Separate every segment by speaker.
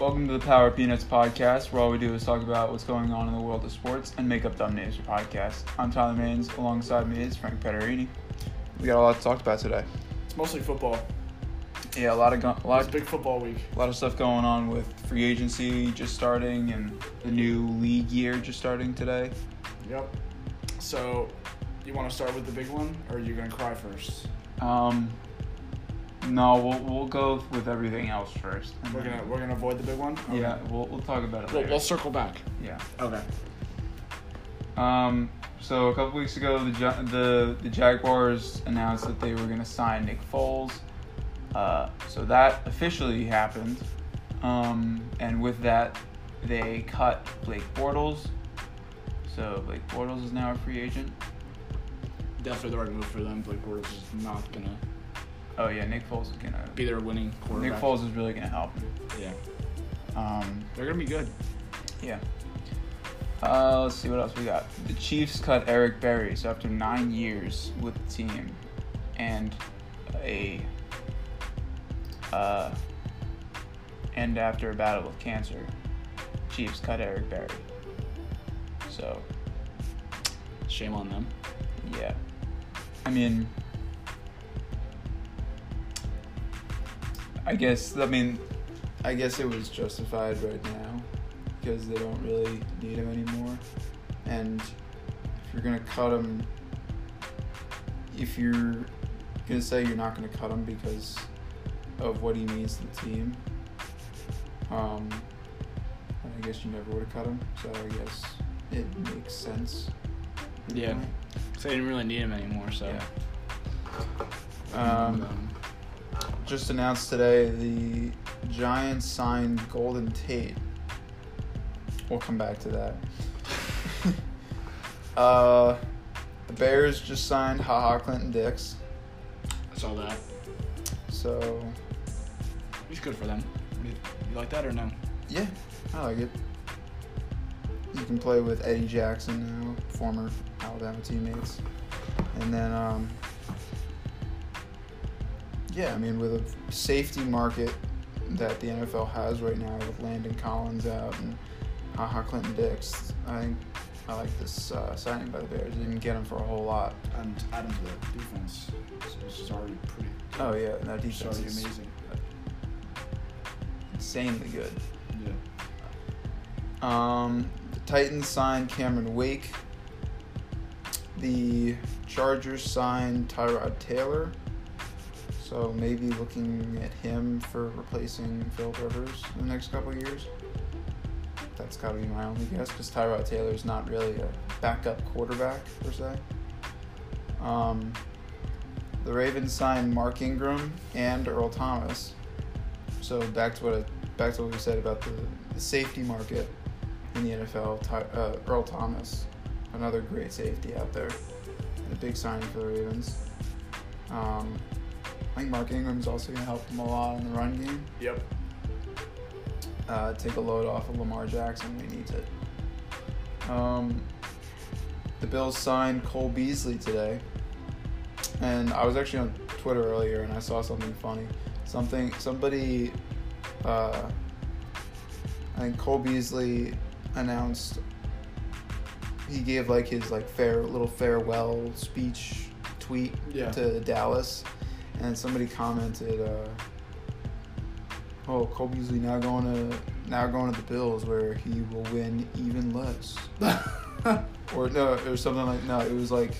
Speaker 1: Welcome to the Power of Peanuts podcast, where all we do is talk about what's going on in the world of sports and make up dumb names for podcasts. I'm Tyler Maines. Alongside me is Frank Pederini. We got a lot to talk about today.
Speaker 2: It's mostly football.
Speaker 1: Yeah, a lot of go- a lot
Speaker 2: It's big football week.
Speaker 1: a lot of stuff going on with free agency just starting and the new league year just starting today.
Speaker 2: Yep. So, you want to start with the big one, or are you gonna cry first?
Speaker 1: Um, no, we'll we'll go with everything else first. and
Speaker 2: We're
Speaker 1: then-
Speaker 2: gonna we're gonna avoid the big one. Okay.
Speaker 1: yeah, we'll we'll talk about it
Speaker 2: We'll,
Speaker 1: later.
Speaker 2: we'll circle back.
Speaker 1: yeah.
Speaker 2: Okay.
Speaker 1: Um, so a couple weeks ago, the Ja- the the Jaguars announced that they were going to sign Nick Foles. Uh, so that officially happened, um, and with that, they cut Blake Bortles. So Blake Bortles is now a free agent.
Speaker 2: Definitely the right move for them. Blake Bortles is not gonna
Speaker 1: Oh yeah, Nick Foles is gonna.
Speaker 2: be their winning quarterback.
Speaker 1: Nick Foles is really gonna help.
Speaker 2: Yeah.
Speaker 1: Um,
Speaker 2: They're gonna be good.
Speaker 1: yeah. Uh, let's see what else we got. The Chiefs cut Eric Berry. So after nine years with the team, and a uh, and after a battle with cancer, Chiefs cut Eric Berry. So
Speaker 2: Shame on them.
Speaker 1: yeah, I mean, I guess I mean, I guess it was justified right now because they don't really need him anymore, and if you're gonna cut him, if you're gonna say you're not gonna cut him because of what he means to the team, um, I guess you never would have cut him. So I guess it makes sense.
Speaker 2: Yeah. So they didn't really need him anymore. So.
Speaker 1: Yeah. Um, just announced today the Giants signed Golden Tate. We'll come back to that. uh, the Bears just signed Haha Clinton Dix.
Speaker 2: I saw that.
Speaker 1: So,
Speaker 2: He's good for them. You, you like that or no?
Speaker 1: yeah, I like it. You can play with Eddie Jackson now, former Alabama teammates. And then, um, yeah, I mean, with a safety market that the NFL has right now, with Landon Collins out and Haha Clinton Dix, I think I like this uh, signing by the Bears. They didn't get him for a whole lot.
Speaker 2: And adding to that defense, which is already pretty.
Speaker 1: Oh yeah, and that
Speaker 2: It's
Speaker 1: defense
Speaker 2: already
Speaker 1: is
Speaker 2: amazing.
Speaker 1: insanely good.
Speaker 2: Yeah.
Speaker 1: Um, the Titans signed Cameron Wake. The Chargers signed Tyrod Taylor. So maybe looking at him for replacing Philip Rivers in the next couple of years. That's got to be my only guess because Tyrod Taylor is not really a backup quarterback per se. Um, the Ravens signed Mark Ingram and Earl Thomas. So back to what I, back to what we said about the, the safety market in the NFL. Ty, uh, Earl Thomas, another great safety out there, a big signing for the Ravens. Um, I think Mark Ingram's also going to help them a lot in the run game.
Speaker 2: Yep.
Speaker 1: Uh, take a load off of Lamar Jackson. We needs it. Um, the Bills signed Cole Beasley today, and I was actually on Twitter earlier and I saw something funny. Something somebody, uh, I think Cole Beasley announced he gave like his like fair little farewell speech tweet
Speaker 2: Yeah.
Speaker 1: to Dallas, and somebody commented, uh, "Oh, Cole Beasley now going to now going to the Bills where he will win even less." or no, or something like no. It was like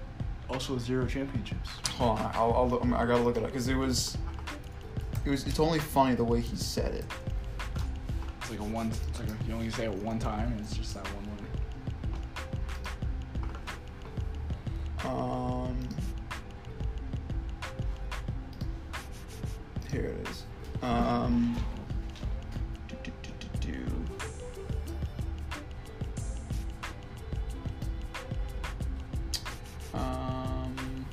Speaker 2: also zero championships.
Speaker 1: hold on, I'll, I'll look- I'm- I gotta look it up because it was, it was. It's only funny the way he said it.
Speaker 2: It's like a one. It's like a, you only say it one time, and it's just that one word.
Speaker 1: Um, here it is. Um, do, do, do, do, do. Um,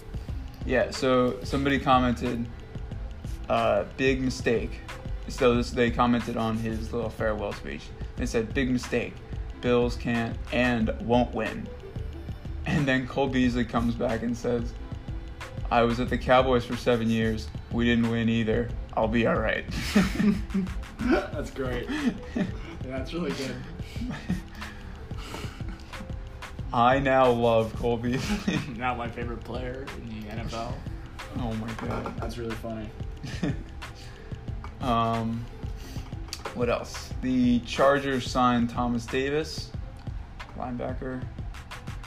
Speaker 1: yeah, so somebody commented, uh, big mistake. So this, they commented on his little farewell speech. They said, big mistake. Bills can't and won't win. And then Cole Beasley comes back and says, I was at the Cowboys for seven years. We didn't win either. I'll be all right.
Speaker 2: That's great. Yeah, that's really good.
Speaker 1: I now love Cole Beasley.
Speaker 2: Now my favorite player in the NFL.
Speaker 1: oh my god.
Speaker 2: That's really funny.
Speaker 1: um, what else? The Chargers signed Thomas Davis, linebacker.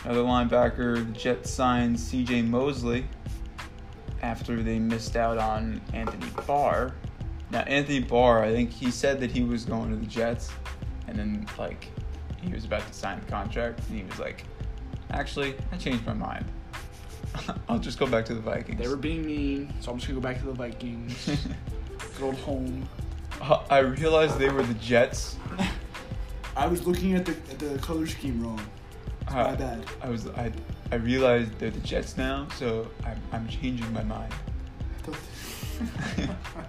Speaker 1: Another linebacker. The Jets signed C.J. Mosley after they missed out on Anthony Barr. Now Anthony Barr, I think he said that he was going to the Jets, and then like he was about to sign the contract, and he was like, "Actually, I changed my mind. I'll just go back to the Vikings."
Speaker 2: They were being mean, so I'm just gonna go back to the Vikings. Good old home.
Speaker 1: Uh, I realized they were the Jets.
Speaker 2: I was looking at the at the color scheme wrong. It's my
Speaker 1: Uh,
Speaker 2: bad.
Speaker 1: I was I I realized they're the Jets now, so I'm I'm changing my mind.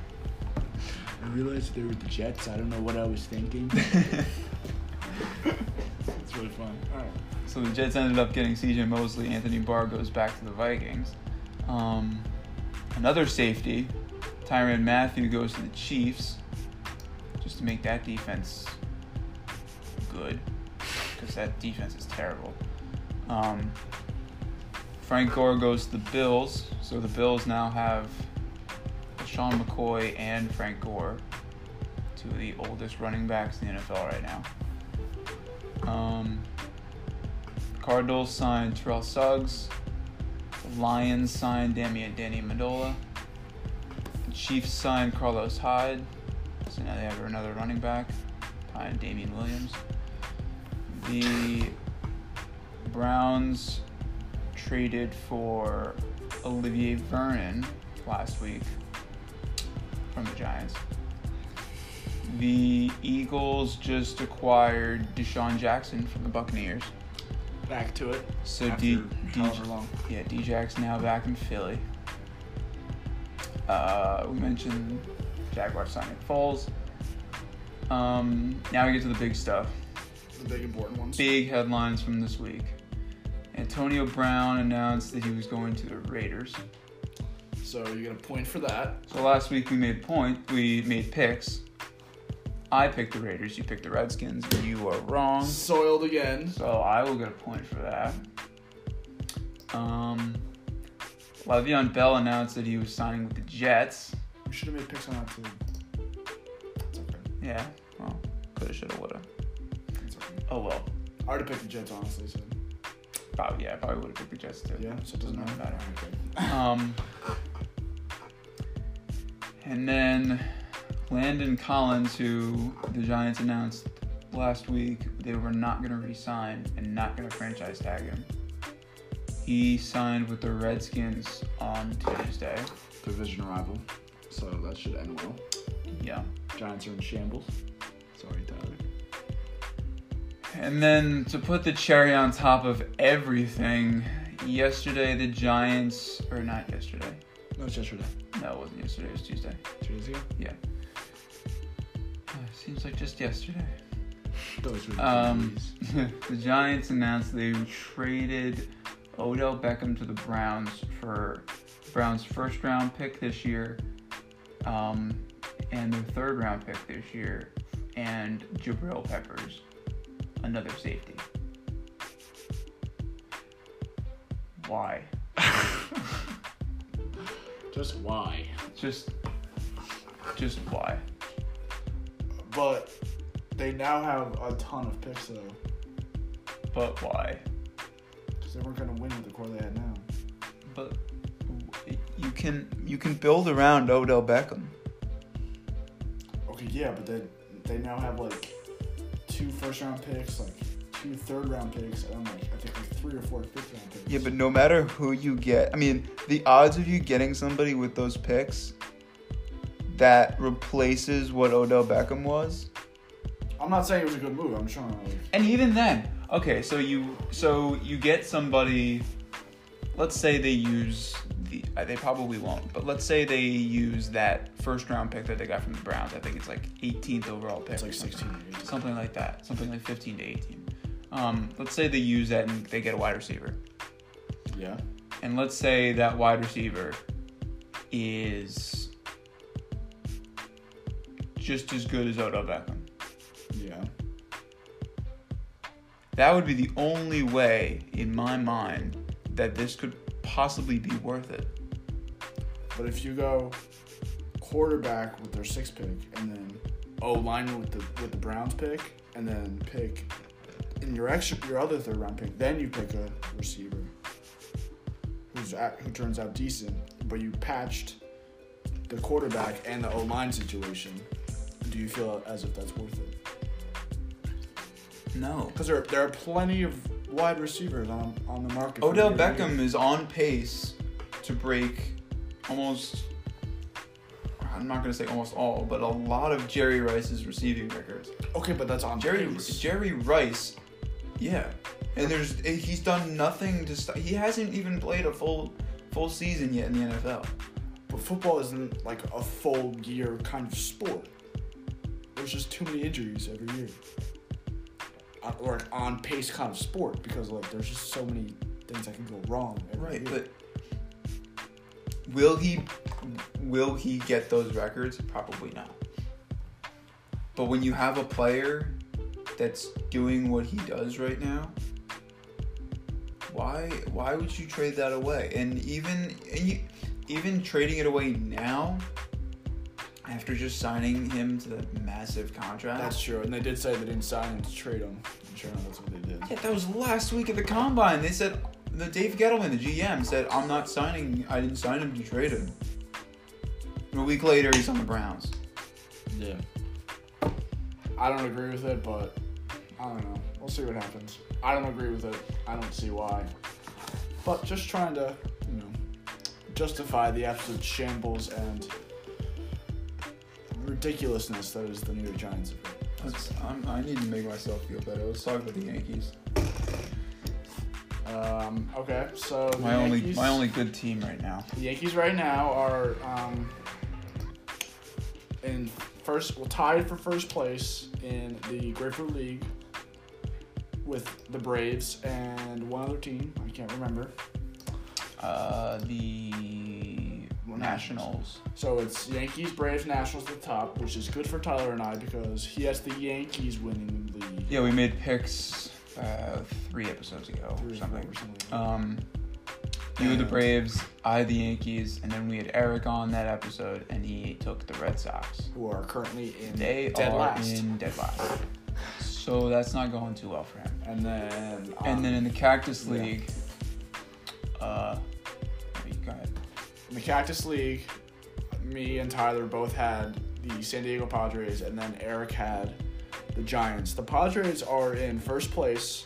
Speaker 2: I realized they were the Jets. I don't know what I was thinking. It's really fun. All right.
Speaker 1: so the Jets ended up getting CJ Mosley. Anthony Barr goes back to the Vikings. Um, another safety, Tyron Matthew goes to the Chiefs, just to make that defense good, because that defense is terrible. Um, Frank Gore goes to the Bills, so the Bills now have Sean McCoy and Frank Gore, two of the oldest running backs in the NFL right now. Um, Cardinals signed Terrell Suggs. The Lions signed Damian Danny Medola. The Chiefs signed Carlos Hyde. So now they have another running back, behind Damian Williams. The Browns traded for Olivier Vernon last week from the Giants. The Eagles just acquired Deshaun Jackson from the Buccaneers.
Speaker 2: Back to it.
Speaker 1: So
Speaker 2: After
Speaker 1: D, D,
Speaker 2: however long.
Speaker 1: yeah, Djak's now back in Philly. Uh, we mentioned Jaguar signing Falls. Um, now we get to the big stuff.
Speaker 2: The big important ones.
Speaker 1: Big headlines from this week. Antonio Brown announced that he was going to the Raiders.
Speaker 2: So you get a point for that.
Speaker 1: So last week we made point, we made picks. I picked the Raiders, you picked the Redskins, but you are wrong.
Speaker 2: Soiled again.
Speaker 1: So I will get a point for that. Um, Le'Veon Bell announced that he was signing with the Jets.
Speaker 2: We should have made picks on that too. It's okay.
Speaker 1: Yeah, well, coulda, shoulda, woulda.
Speaker 2: It's okay.
Speaker 1: Oh well,
Speaker 2: I already picked the Jets, honestly. So
Speaker 1: probably yeah, probably woulda picked the Jets too.
Speaker 2: yeah, so it doesn't really matter. Okay.
Speaker 1: Um, and then Landon Collins, who the Giants announced last week they were not going to re-sign and not going to franchise tag him. He signed with the Redskins on Tuesday.
Speaker 2: Division rival. So that should end well.
Speaker 1: Yeah.
Speaker 2: Giants are in shambles. Sorry, Tyler.
Speaker 1: And then to put the cherry on top of everything, yesterday the Giants, or not yesterday,
Speaker 2: No, it's yesterday.
Speaker 1: no, it wasn't yesterday, it was Tuesday.
Speaker 2: Two days ago.
Speaker 1: Yeah. Uh, seems like just yesterday.
Speaker 2: Those were
Speaker 1: Um, the Giants announced they traded Odell Beckham to the Browns for Browns' first round pick this year, um, and their third round pick this year, and Jabril Peppers, another safety. Why?
Speaker 2: Just why?
Speaker 1: Just, just why?
Speaker 2: But they now have a ton of picks though,
Speaker 1: But why?
Speaker 2: because they weren't gonna win with the core they had now.
Speaker 1: But you can you can build around Odell Beckham.
Speaker 2: Okay, yeah, but they they now have like two first round picks, like two third round picks, and like I think like three or four fifth round picks.
Speaker 1: Yeah, but no matter who you get, I mean, the odds of you getting somebody with those picks that replaces what Odell Beckham was,
Speaker 2: I'm not saying it was a good move. I'm trying to like
Speaker 1: and even then, okay, so you so you get somebody. Let's say they use the uh, they probably won't, but let's say they use that first round pick that they got from the Browns. I think it's like 18th overall pick.
Speaker 2: it's
Speaker 1: or
Speaker 2: like
Speaker 1: something.
Speaker 2: 16 or 18.
Speaker 1: something like that, something like 15 to 18. Um, let's say they use that and they get a wide receiver.
Speaker 2: Yeah.
Speaker 1: and let's say that wide receiver is just as good as Odell Beckham.
Speaker 2: Yeah.
Speaker 1: That would be the only way, in my mind, that this could possibly be worth it.
Speaker 2: But if you go quarterback with their sixth pick, and then O line with the with the Browns pick, and then pick in your extra your other third round pick, then you pick a receiver who's at, who turns out decent, but you patched the quarterback and the O line situation. Do you feel as if that's worth it?
Speaker 1: No.
Speaker 2: Because there, there are plenty of wide receivers on, on the market. from
Speaker 1: Odell
Speaker 2: year to
Speaker 1: Beckham
Speaker 2: year.
Speaker 1: is on pace to break almost. I'm not going to say almost all, but a lot of Jerry Rice's receiving records.
Speaker 2: Okay, but that's on
Speaker 1: Jerry
Speaker 2: pace.
Speaker 1: Jerry Rice, yeah, and there's he's done nothing to stop. He hasn't even played a full full season yet in the NFL.
Speaker 2: But football isn't like a full year kind of sport. There's just too many injuries every year. Uh, Or an on pace kind of sport because like there's just so many things that can go wrong. Every
Speaker 1: Right,
Speaker 2: year.
Speaker 1: but will he will he get those records? Probably not. But when you have a player that's doing what he does right now, why why would you trade that away? And even and you, even trading it away now after just signing him to the massive contract.
Speaker 2: that's true. And they did say they didn't sign him to trade him. I'm sure enough, that's what they did.
Speaker 1: Yeah, that was last week at the combine. They said the Dave Gettleman, the GM, said I'm not signing. I didn't sign him to trade him. And a week later, he's on the Browns.
Speaker 2: Yeah. I don't agree with it, but I don't know. We'll see what happens. I don't agree with it. I don't see why. But just trying to, you know, justify the absolute shambles and ridiculousness that is the New York Giants.
Speaker 1: That's, I'm, I need to make myself feel better. Let's talk about the Yankees.
Speaker 2: Um, okay, so the
Speaker 1: My only,
Speaker 2: Yankees-
Speaker 1: my only good team right now.
Speaker 2: The Yankees right now are um, in first, well, tied for first place in the Grapefruit League with the Braves and one other team. I can't remember.
Speaker 1: Uh, the
Speaker 2: Well,
Speaker 1: Nationals.
Speaker 2: So it's Yankees, Braves, Nationals at the top, which is good for Tyler and I because he has the Yankees winning the league.
Speaker 1: Yeah, we made picks uh, three episodes ago
Speaker 2: Three
Speaker 1: or
Speaker 2: or four
Speaker 1: something.
Speaker 2: or something.
Speaker 1: Um, you were the
Speaker 2: And-
Speaker 1: Braves, I the Yankees, and then we had Eric on that episode, and he took the Red Sox.
Speaker 2: who are currently in
Speaker 1: They
Speaker 2: dead
Speaker 1: are
Speaker 2: last.
Speaker 1: in dead last. So that's not going too well for him.
Speaker 2: and then um,
Speaker 1: And then in the Cactus
Speaker 2: yeah.
Speaker 1: League, uh, you got
Speaker 2: In the Cactus League, me and Tyler both had the San Diego Padres, and then Eric had the Giants. The Padres are in first place,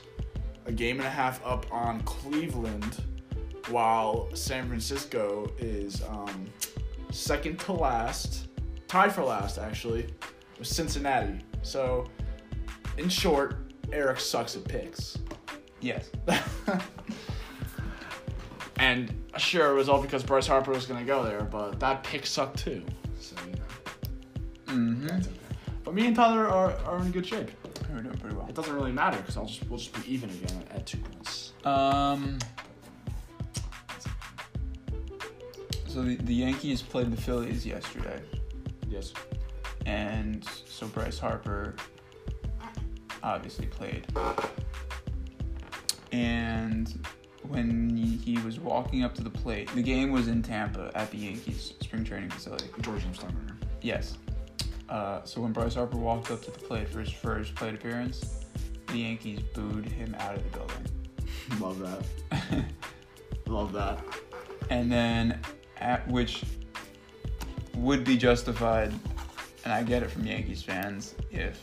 Speaker 2: a game and a half up on Cleveland, while San Francisco is um, second to last, tied for last actually, with Cincinnati. So, in short, Eric sucks at picks.
Speaker 1: yes.
Speaker 2: And sure, it was all because Bryce Harper was gonna go there, but that pick sucked too. So you know.
Speaker 1: Mm-hmm.
Speaker 2: But me and Tyler are, are in good shape.
Speaker 1: We're doing pretty
Speaker 2: It doesn't really matter because I'll just we'll just be even again at two points.
Speaker 1: well. Um. So the, the Yankees played the Phillies yesterday,
Speaker 2: Yes.
Speaker 1: and so Bryce Harper obviously played. And when he was walking up to the plate, the game was in Tampa at the Yankees spring training facility.
Speaker 2: George I'm starting.
Speaker 1: Yes. Uh, so when Bryce Harper walked up to the plate for his first plate appearance, the Yankees booed him out of the building.
Speaker 2: Love that. Love that.
Speaker 1: and then, at which would be justified, and I get it from Yankees fans, if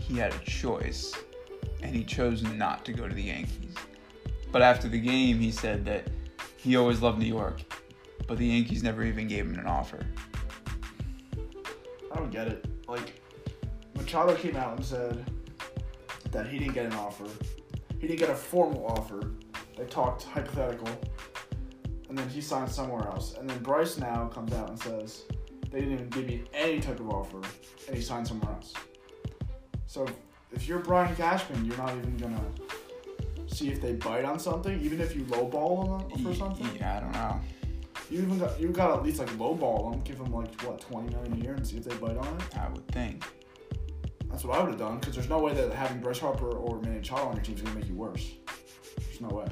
Speaker 1: he had a choice and he chose not to go to the Yankees. But after the game, he said that he always loved New York, but the Yankees never even gave him an offer.
Speaker 2: I don't get it. Like Machado came out and said that he didn't get an offer. He didn't get a formal offer. They talked hypothetical, and then he signed somewhere else. And then Bryce now comes out and says they didn't even give me any type of offer, and he signed somewhere else. So if you're Brian Cashman, you're not even gonna see if they bite on something, even if you lowball them for something.
Speaker 1: Yeah, I don't know.
Speaker 2: You even got you got at least like lowball them, give them like what twenty million a year, and see if they bite on it.
Speaker 1: I would think.
Speaker 2: That's what I would have done because there's no way that having Bryce Harper or Manny Machado on your team is gonna make you worse. There's no way.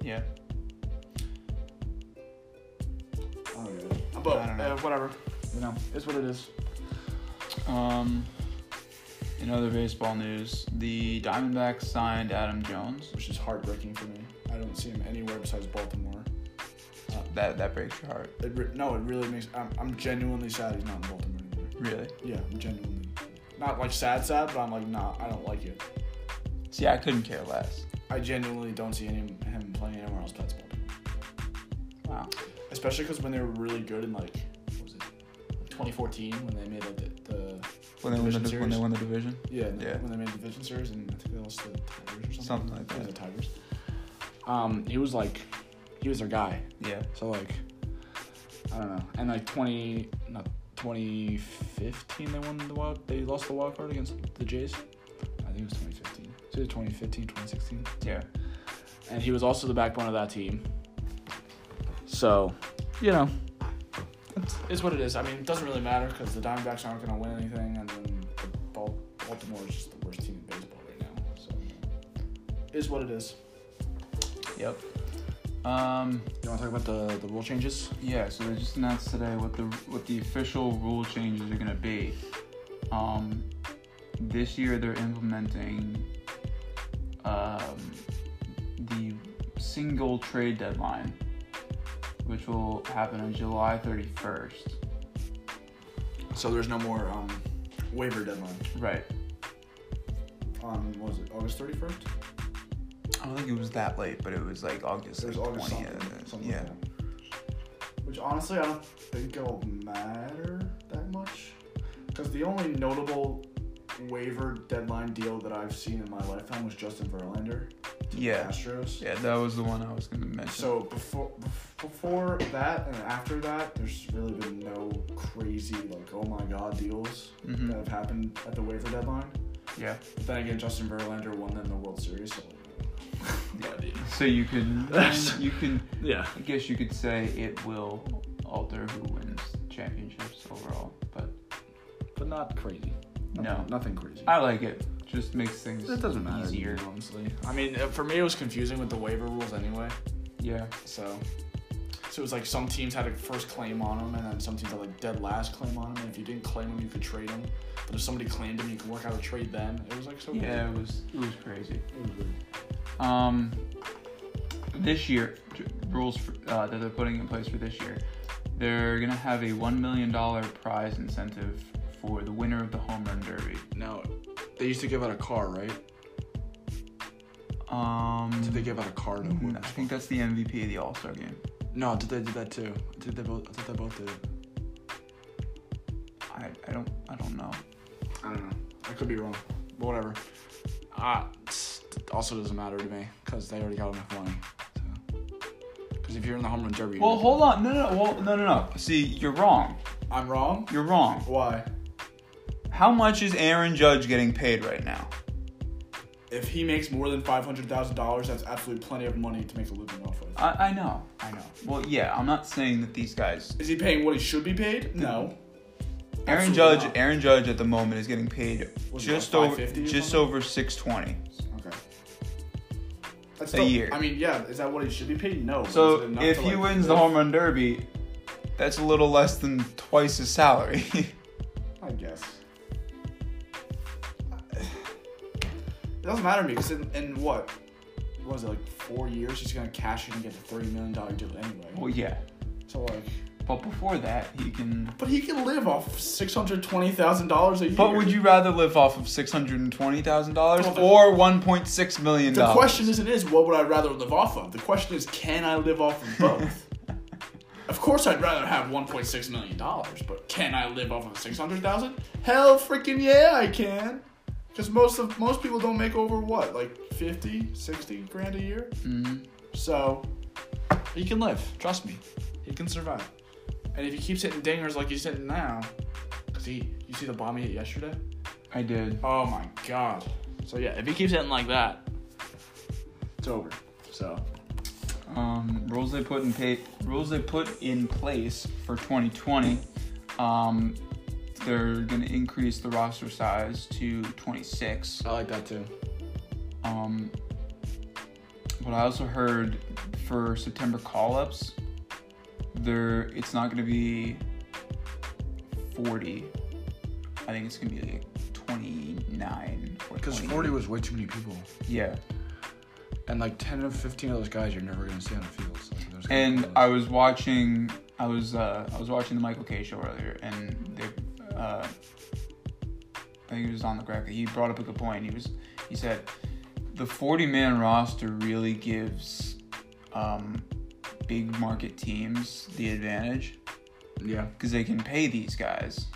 Speaker 1: Yeah.
Speaker 2: I don't get it. But
Speaker 1: I don't know.
Speaker 2: Uh, whatever. You know, it's what it is.
Speaker 1: Um, in other baseball news, the Diamondbacks signed Adam Jones.
Speaker 2: Which is heartbreaking for me. I don't see him anywhere besides Baltimore. Uh,
Speaker 1: That that breaks your heart,
Speaker 2: It re- no, it really makes. I'm, I'm genuinely sad he's not in Baltimore anymore.
Speaker 1: really.
Speaker 2: Yeah, I'm genuinely. Not like sad, sad, but I'm like, nah, I don't like it.
Speaker 1: See, I couldn't care less.
Speaker 2: I genuinely don't see any, him playing anywhere else besides Baltimore.
Speaker 1: Wow.
Speaker 2: Especially because when they were really good in like, what was it, 2014 when they made like the, the
Speaker 1: When they won the
Speaker 2: Division
Speaker 1: when they
Speaker 2: series?
Speaker 1: won the division,
Speaker 2: yeah, and
Speaker 1: Yeah.
Speaker 2: when they made the division series and I think they lost to the Tigers or something.
Speaker 1: Something like
Speaker 2: It was
Speaker 1: that.
Speaker 2: the Tigers. Um, he was like, he was their guy.
Speaker 1: yeah.
Speaker 2: So like, I don't know. And like 20, not 2015, they won the wild. They lost the wild card against the Jays. I think it was 2015. It's either 2015, 2016.
Speaker 1: Yeah.
Speaker 2: And he was also the backbone of that team. So, you know, it's, it's what it is. I mean, it doesn't really matter because the Diamondbacks aren't going to win anything, and then the Bal- Baltimore is just the worst team in baseball right now. So, it is what it is.
Speaker 1: Yep. Um.
Speaker 2: You want to talk about the the rule changes?
Speaker 1: Yeah, so they just announced today what the what the official rule changes are going to be. Um, this year they're implementing um, the single trade deadline, which will happen on July 31st.
Speaker 2: So there's no more um, waiver deadline.
Speaker 1: Right.
Speaker 2: On what was it August 31st?
Speaker 1: I don't think it was that late, but it was like August
Speaker 2: It was August something. something like that. Which honestly, I don't think it'll matter that much. Because the only notable waiver deadline deal that I've seen in my lifetime was Justin Verlander,
Speaker 1: yeah,
Speaker 2: Astros.
Speaker 1: yeah. That was the one I was going to mention.
Speaker 2: So before bef- before that and after that, there's really been no crazy like oh my god deals
Speaker 1: Mhm.
Speaker 2: that have happened at the waiver deadline.
Speaker 1: yeah,
Speaker 2: But then again, Justin Verlander won them the World Series. So yeah,
Speaker 1: so you can you can
Speaker 2: yeah.
Speaker 1: I guess you could say it will alter who wins championships overall, but
Speaker 2: but not crazy.
Speaker 1: No.
Speaker 2: nothing crazy.
Speaker 1: I like it. Just makes things
Speaker 2: It doesn't matter
Speaker 1: easier.
Speaker 2: honestly. I mean, uh, for me, it was confusing with the waiver rules anyway.
Speaker 1: Yeah,
Speaker 2: So, so it was like some teams had a first claim on them, and then some teams had like dead last claim on them. And if you didn't claim them, you could trade them. But if somebody claimed them, you could work out a trade then. It was like so.
Speaker 1: yeah, it was it was crazy.
Speaker 2: weird. It was weird.
Speaker 1: Um, this year j- rules for, uh, that they're putting in place for this year, they're gonna have a one million dollar prize incentive for the winner of the home run derby.
Speaker 2: Now, they used to give out a car, right?
Speaker 1: Um,
Speaker 2: Did they give out a car to
Speaker 1: I
Speaker 2: win?
Speaker 1: think that's the MVP of the All Star game.
Speaker 2: No, did they do that too? Did they both? I think they both did.
Speaker 1: I, I don't I don't know.
Speaker 2: I don't know. I could be wrong, but whatever. Uh, it's- it also doesn't matter to me because they already got enough money. Because if you're in the home run derby,
Speaker 1: Well, hold on. No, no, no. well, no, no, no. See, you're wrong.
Speaker 2: I'm wrong.
Speaker 1: You're wrong.
Speaker 2: Why?
Speaker 1: How much is Aaron Judge getting paid right now?
Speaker 2: If he makes more than five hundred thousand dollars, that's absolutely plenty of money to make a living off of.
Speaker 1: I, I know, I know. Well, yeah, I'm not saying that these guys.
Speaker 2: Is he paying what he should be paid? No.
Speaker 1: Aaron
Speaker 2: Absolutely
Speaker 1: Judge,
Speaker 2: not.
Speaker 1: Aaron Judge at the moment is getting paid
Speaker 2: Was it
Speaker 1: just
Speaker 2: like
Speaker 1: over
Speaker 2: 550 or
Speaker 1: just
Speaker 2: something?
Speaker 1: over 620.
Speaker 2: Okay. That's
Speaker 1: A
Speaker 2: still-
Speaker 1: year.
Speaker 2: I mean, yeah. Is that what he should be paid? No. but is it
Speaker 1: So
Speaker 2: enough
Speaker 1: if
Speaker 2: to,
Speaker 1: he
Speaker 2: like,
Speaker 1: wins the
Speaker 2: live?
Speaker 1: home run derby, that's a little less than twice his salary.
Speaker 2: I guess. It doesn't matter to me because in, in what, what was it like four years he's gonna cash in and get the thirty million dollar deal anyway.
Speaker 1: well, yeah,
Speaker 2: So like,
Speaker 1: but before that, he can.
Speaker 2: but he can live off six hundred twenty thousand dollars a year.
Speaker 1: But would you rather live off of six hundred and twenty thousand dollars
Speaker 2: Well, the-
Speaker 1: or one point six million
Speaker 2: The
Speaker 1: dollars?
Speaker 2: question isn't is what would I rather live off of. The question is can I live off of both. of course, I'd rather have one point six million dollars, but can I live off of six hundred thousand? Hell, freaking yeah, I can. Because most of most people don't make over what like 50, 60 grand a year.
Speaker 1: Mhm.
Speaker 2: So he can live. Trust me, he can survive. And if he keeps hitting dingers like he's hitting now, because he you see the bomb he hit yesterday.
Speaker 1: I did.
Speaker 2: Oh my god. So yeah, if he keeps hitting like that, it's over. So
Speaker 1: um, rules they put in pay, rules they put in place for 2020. Um, they're going to increase the roster size to 26.
Speaker 2: I like that too.
Speaker 1: Um, but I also heard for September call-ups, there it's not going to be 40. I think it's going to be like 29 or
Speaker 2: Because
Speaker 1: 28.
Speaker 2: 40 was way too many people.
Speaker 1: Yeah.
Speaker 2: And like 10 or 15 of those guys you're never going to see on the field. So like, there's gonna
Speaker 1: And
Speaker 2: be
Speaker 1: I
Speaker 2: those-
Speaker 1: was watching, I was, uh, I was watching the Michael K show earlier, and they, uh, I think it was on the graphic. He brought up a good point. He was, he said, the forty-man roster really gives, um, big market teams the advantage
Speaker 2: Yeah.
Speaker 1: because they can pay these guys,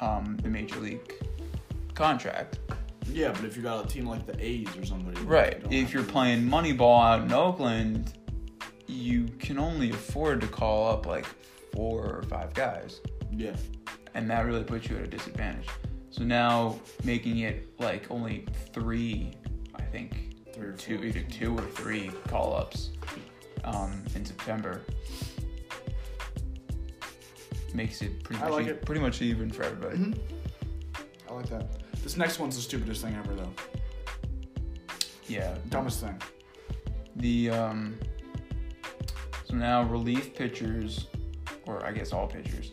Speaker 1: um, the major league contract.
Speaker 2: Yeah, but if you got a team like the A's or somebody. you
Speaker 1: Right.
Speaker 2: don't
Speaker 1: If
Speaker 2: have
Speaker 1: you're
Speaker 2: to-
Speaker 1: playing Moneyball out in Oakland, you can only afford to call up like four or five guys,
Speaker 2: Yeah.
Speaker 1: and that really puts you at a disadvantage. So now making it like only three, I think,
Speaker 2: Three or
Speaker 1: two,
Speaker 2: four.
Speaker 1: either two or three call ups um, in September makes it pretty
Speaker 2: I
Speaker 1: much
Speaker 2: like
Speaker 1: e-
Speaker 2: it.
Speaker 1: pretty much even for everybody.
Speaker 2: Mhm. I like that. This next one's the stupidest thing ever, though. Mm-hmm.
Speaker 1: Yeah.
Speaker 2: Dumbest thing.
Speaker 1: The um, so now relief pitchers, or I guess all pitchers,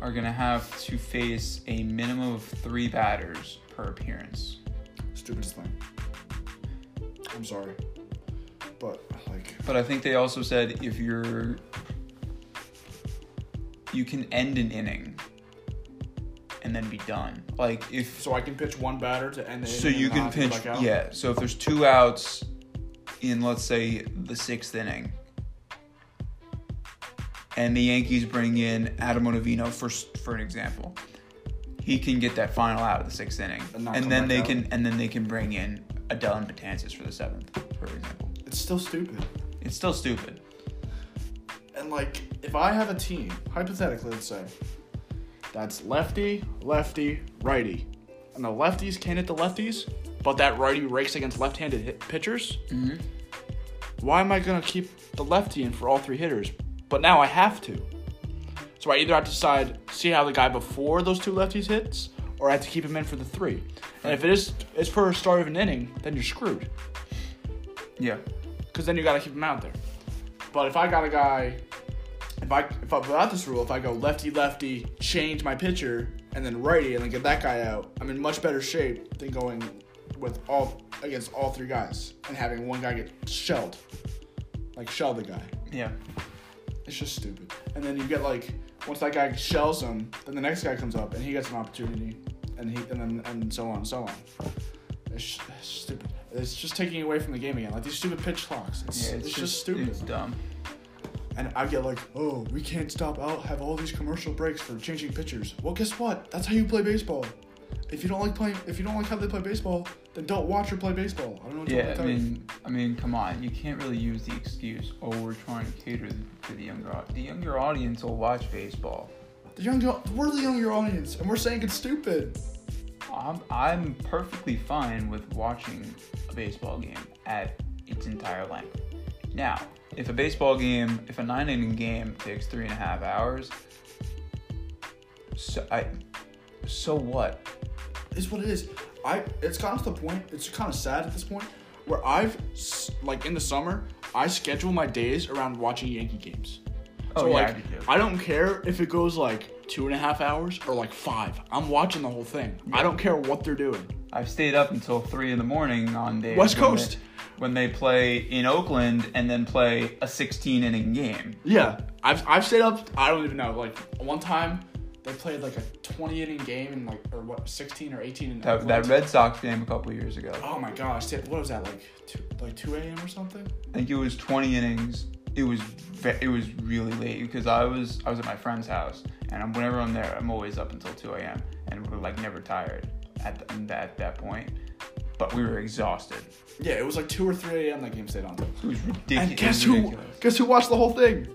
Speaker 1: are gonna have to face a minimum of three batters per appearance.
Speaker 2: Stupidest thing. I'm sorry. But, like,
Speaker 1: But I think they also said if you're, you can end an inning, and then be done. Like if
Speaker 2: so I can pitch one batter to end the
Speaker 1: so,
Speaker 2: inning
Speaker 1: you
Speaker 2: and
Speaker 1: can
Speaker 2: not get
Speaker 1: pinch.
Speaker 2: back out?
Speaker 1: Yeah. So if there's two outs, in let's say the sixth inning. and the Yankees bring in Adam Ottavino for for an example. He can get that final out of the sixth inning,
Speaker 2: And
Speaker 1: and,
Speaker 2: not come
Speaker 1: then
Speaker 2: back
Speaker 1: they
Speaker 2: out.
Speaker 1: can and then they can bring in Adelin Batanzas for the seventh, for example.
Speaker 2: It's still stupid.
Speaker 1: It's still stupid.
Speaker 2: And like, if I have a team, hypothetically, let's say, that's lefty, lefty, righty, and the lefties can't hit the lefties, but that righty rakes against left-handed hit pitchers.
Speaker 1: Mhm.
Speaker 2: Why am I gonna keep the lefty in for all three hitters? But now I have to. So I either have to decide see how the guy before those two lefties hits, or I have to keep him in for the three. And if it is it's for a start of an inning, then you're screwed
Speaker 1: Yeah,
Speaker 2: because then you gotta keep him out there. But if I got a guy, if I if I, without this rule, if I go lefty lefty, change my pitcher, and then righty, and then get that guy out, I'm in much better shape than going with all against all three guys and having one guy get shelled, like shell the guy.
Speaker 1: yeah,
Speaker 2: It's just stupid. And then you get like once that guy shells him, then the next guy comes up and he gets an opportunity, and he and then and so on and so on. It's, it's stupid. It's just taking away from the game again. Like these stupid pitch clocks.
Speaker 1: yeah.
Speaker 2: It's, it's, just, stupid.
Speaker 1: It's dumb.
Speaker 2: and I get like, oh, we can't stop out have all these commercial breaks for changing pitchers. Well, guess what? That's how you play baseball. If you don't like playing, if you don't like how they play baseball, then don't watch or play baseball. I don't know. What
Speaker 1: Yeah,
Speaker 2: to
Speaker 1: I
Speaker 2: tell you.
Speaker 1: mean, I mean, come on. You can't really use the excuse, "Oh, we're trying to cater to the younger au-" the younger audience will watch baseball."
Speaker 2: the young, we're the younger audience, and we're saying it's stupid.
Speaker 1: I'm I'm perfectly fine with watching a baseball game at its entire length. Now, if a baseball game, if a nine inning game takes three and a half hours, so I, so what?
Speaker 2: is what it is. I it's gotten to the point. It's kind of sad at this point where I've s- like in the summer I schedule my days around watching Yankee games.
Speaker 1: Oh,
Speaker 2: so
Speaker 1: yeah,
Speaker 2: like
Speaker 1: I do too.
Speaker 2: I don't care if it goes like two and a half hours or like five. I'm watching the whole thing. I don't care what they're doing.
Speaker 1: I've stayed up until three in the morning on days
Speaker 2: West
Speaker 1: when
Speaker 2: Coast.
Speaker 1: they- when they play in Oakland and then play a 16 inning game.
Speaker 2: Yeah, I've I've stayed up. I don't even know. Like one time they played like a 20 inning game in like or what 16 or 18 in
Speaker 1: That, that
Speaker 2: Oakland.
Speaker 1: Red Sox game a couple years ago.
Speaker 2: Oh my gosh! What was that like? Two, like 2 a.m. or something?
Speaker 1: I think it was 20 innings. It was ve- it was really late because I was I was at my friend's house and I'm, whenever I'm there I'm always up until 2 a.m. and we're like never tired at the, at that point, but we were exhausted.
Speaker 2: Yeah, it was like 2 or 3 a.m. that game stayed on.
Speaker 1: It was ridiculous.
Speaker 2: And guess
Speaker 1: it was
Speaker 2: who?
Speaker 1: ridiculous.
Speaker 2: Guess who watched the whole thing?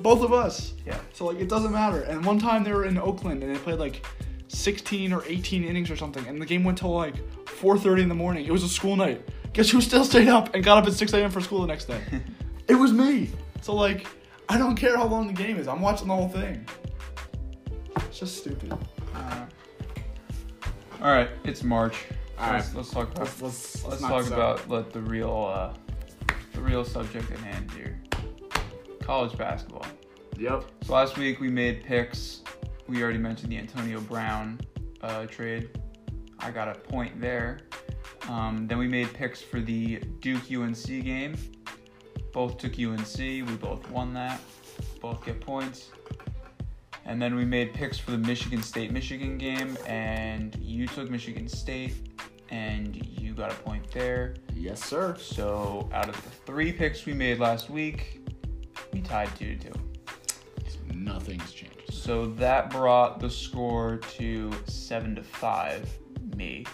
Speaker 2: Both of us.
Speaker 1: Yeah.
Speaker 2: So like it doesn't matter. And one time they were in Oakland and they played like 16 or 18 innings or something, and the game went till like 4:30 in the morning. It was a school night. Guess who still stayed up and got up at 6 a.m. for school the next day? It was me. So like, I don't care how long the game is. I'm watching the whole thing. It's just stupid.
Speaker 3: Uh,
Speaker 1: All right, it's March.
Speaker 2: All
Speaker 1: Let's, let's talk about
Speaker 2: Let's let's,
Speaker 1: let's
Speaker 2: not
Speaker 1: talk
Speaker 2: suck.
Speaker 1: about let the real uh, the real subject at hand here. College basketball.
Speaker 2: Yep.
Speaker 1: So last week we made picks. We already mentioned the Antonio Brown uh, trade. I got a point there. Um, then we made picks for the Duke UNC game. Both took UNC. We both won that. Both get points. And then we made picks for the Michigan State Michigan game, and you took Michigan State, and you got a point there.
Speaker 2: Yes, sir.
Speaker 1: So out of the three picks we made last week, we tied two to two.
Speaker 2: Nothing's changed.
Speaker 1: So that brought the score to seven to five, me.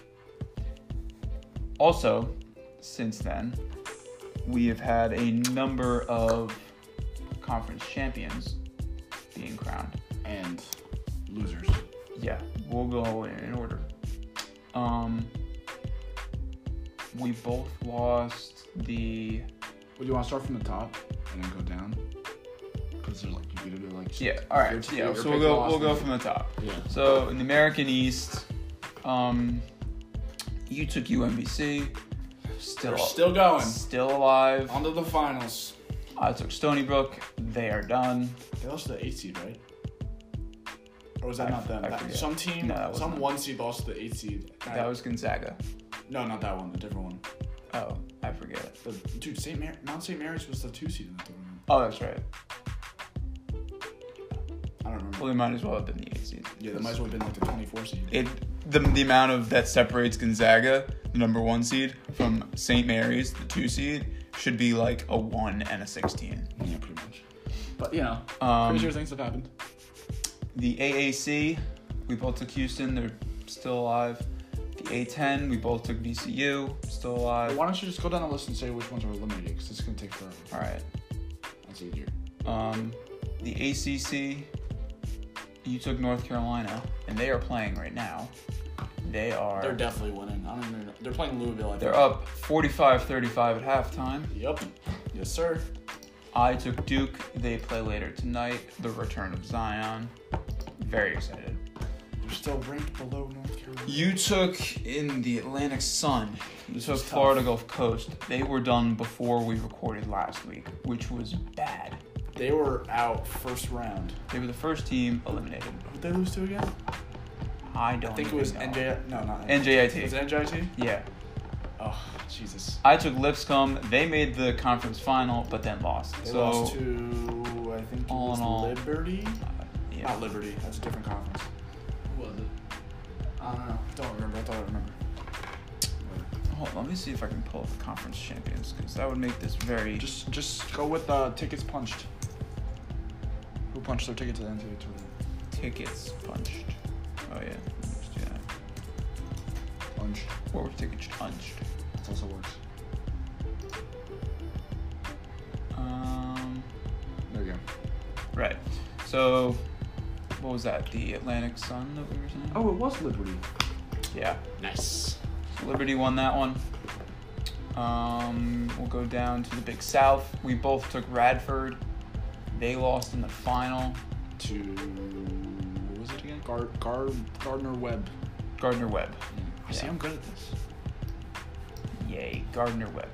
Speaker 1: Also, since then, we have had a number of conference champions being crowned.
Speaker 2: And losers.
Speaker 1: Yeah, we'll go in order. Um, we both lost the
Speaker 2: Well, you want to start from the top and then go down? Because there's like you could do like
Speaker 1: yeah. All right,
Speaker 2: Your-
Speaker 1: yeah.
Speaker 2: your
Speaker 1: So we'll
Speaker 2: pick
Speaker 1: go.
Speaker 2: lost.
Speaker 1: We'll go from the top.
Speaker 2: yeah.
Speaker 1: So in the American East, um, you took UMBC, still
Speaker 2: They're still going.
Speaker 1: still alive.
Speaker 2: On to the finals.
Speaker 1: I took Stony Brook. They are done.
Speaker 2: They lost to the eight seed, right? Or was that
Speaker 1: I-
Speaker 2: not them?
Speaker 1: I
Speaker 2: That-
Speaker 1: forget.
Speaker 2: some team,
Speaker 1: No, that was
Speaker 2: some
Speaker 1: not-
Speaker 2: one seed lost to the eight seed.
Speaker 1: That was Gonzaga.
Speaker 2: no, not that one. The different one.
Speaker 1: Oh, I forget.
Speaker 2: The, dude, Saint Mar- Mount Saint Mary's was the two seed in the tournament.
Speaker 1: Oh, that's right.
Speaker 2: I don't remember.
Speaker 1: Well, they might as well have been the eight seed.
Speaker 2: Yeah, that might as well have been like the twenty four seed.
Speaker 1: It the the amount of that separates Gonzaga, the number one seed, from St. Mary's, the two seed, should be like a one and a sixteen.
Speaker 2: Yeah, pretty much. But you know,
Speaker 1: Um,
Speaker 2: crazier things have happened.
Speaker 1: The AAC, we both took Houston. They're still alive. The A10, we both took VCU. Still alive.
Speaker 2: Why don't you just go down the list and say which ones are eliminated? Because it's gonna take forever.
Speaker 1: All right.
Speaker 2: That's easier.
Speaker 1: Um, the ACC, you took North Carolina, and they are playing right now. They are.
Speaker 2: They're definitely winning. I don't even. know. They're playing Louisville. I
Speaker 1: they're up 45-35 at halftime.
Speaker 2: think. Yep. Yes, sir.
Speaker 1: I took Duke. They play later tonight. The return of Zion. Very excited.
Speaker 2: They're still ranked below North Carolina.
Speaker 1: You took in the Atlantic Sun. You took
Speaker 2: tough.
Speaker 1: Florida Gulf Coast. They were done before we recorded last week, which was bad.
Speaker 2: They were out first round.
Speaker 1: They were the first team eliminated.
Speaker 2: Who Did they lose to again?
Speaker 1: I don't
Speaker 2: I think it was
Speaker 1: even know.
Speaker 2: NJ. No, not Was
Speaker 1: NJIT.
Speaker 2: it NJIT?
Speaker 1: Yeah.
Speaker 2: Oh, Jesus.
Speaker 1: I took Lipscomb. They made the conference final, but then lost.
Speaker 2: They
Speaker 1: so
Speaker 2: lost to I think it
Speaker 1: all
Speaker 2: was
Speaker 1: in all-
Speaker 2: Liberty.
Speaker 1: yeah.
Speaker 2: Not Liberty. That's a different conference. Who was it? I don't know. Don't remember. I thought I remember.
Speaker 1: Hold on, let me see if I can pull up the conference champions because that would make this very.
Speaker 2: Just, just go with uh, tickets punched. Who punched their ticket to the NCAA tournament?
Speaker 1: tickets punched. Oh yeah, let's do that.
Speaker 2: Punched.
Speaker 1: Or were tickets punched?
Speaker 2: That also works.
Speaker 1: Um,
Speaker 2: There you go.
Speaker 1: right. So, what was that? The Atlantic Sun that we were saying?
Speaker 2: Oh, it was Liberty.
Speaker 1: yeah.
Speaker 2: Nice.
Speaker 1: Liberty won that one. Um, we'll go down to the Big South. We both took Radford. They lost in the final.
Speaker 2: To what was it again? Gar, Gar, Gardner Webb.
Speaker 1: Gardner Webb.
Speaker 2: I See,
Speaker 1: Yeah.
Speaker 2: I'm good at this.
Speaker 1: Yay, Gardner Webb.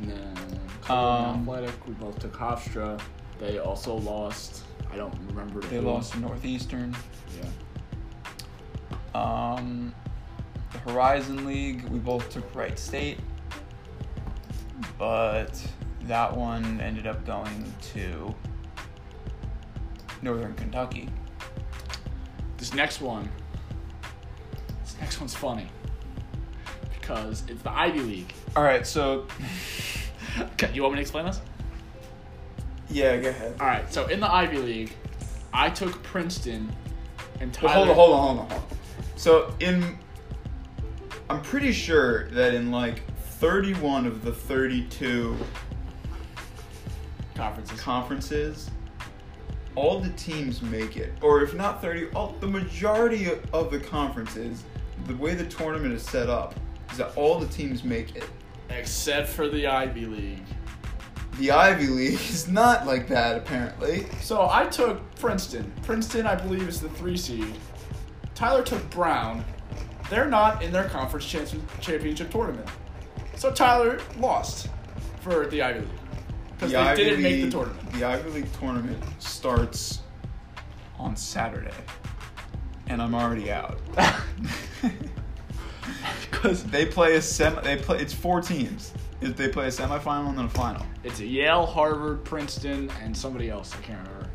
Speaker 2: And then
Speaker 1: Um,
Speaker 2: Athletic, we both took Hofstra. They also lost. I don't remember.
Speaker 1: They
Speaker 2: who.
Speaker 1: lost to Northeastern.
Speaker 2: Yeah.
Speaker 1: Um, the Horizon League, we both took Wright State, but that one ended up going to Northern Kentucky.
Speaker 2: This next one. This next one's funny because it's the Ivy League.
Speaker 1: All right, so
Speaker 2: Okay, you want me to explain this?
Speaker 1: yeah, go ahead.
Speaker 2: All right. So in the Ivy League, I took Princeton, and Tyler.
Speaker 1: hold on, hold on, hold on, hold on. So in, I'm pretty sure that in like 31 of the 32
Speaker 2: Conferences.
Speaker 1: conferences, all the teams make it, or if not 30, all, the majority of, of the conferences, the way the tournament is set up, is that all the teams make it.
Speaker 2: Except for the Ivy League.
Speaker 1: the Ivy League is not like that apparently.
Speaker 2: So I took Princeton. Princeton, I believe, is the three seed. Tyler took Brown. They're not in their conference chance- championship tournament. So Tyler lost for the Ivy League because they didn't make the tournament.
Speaker 1: The Ivy League tournament starts on Saturday, and I'm already out because they play a semi. They play. It's four teams. If they play a semifinal and then a final.
Speaker 2: It's Yale, Harvard, Princeton, and somebody else. I can't remember.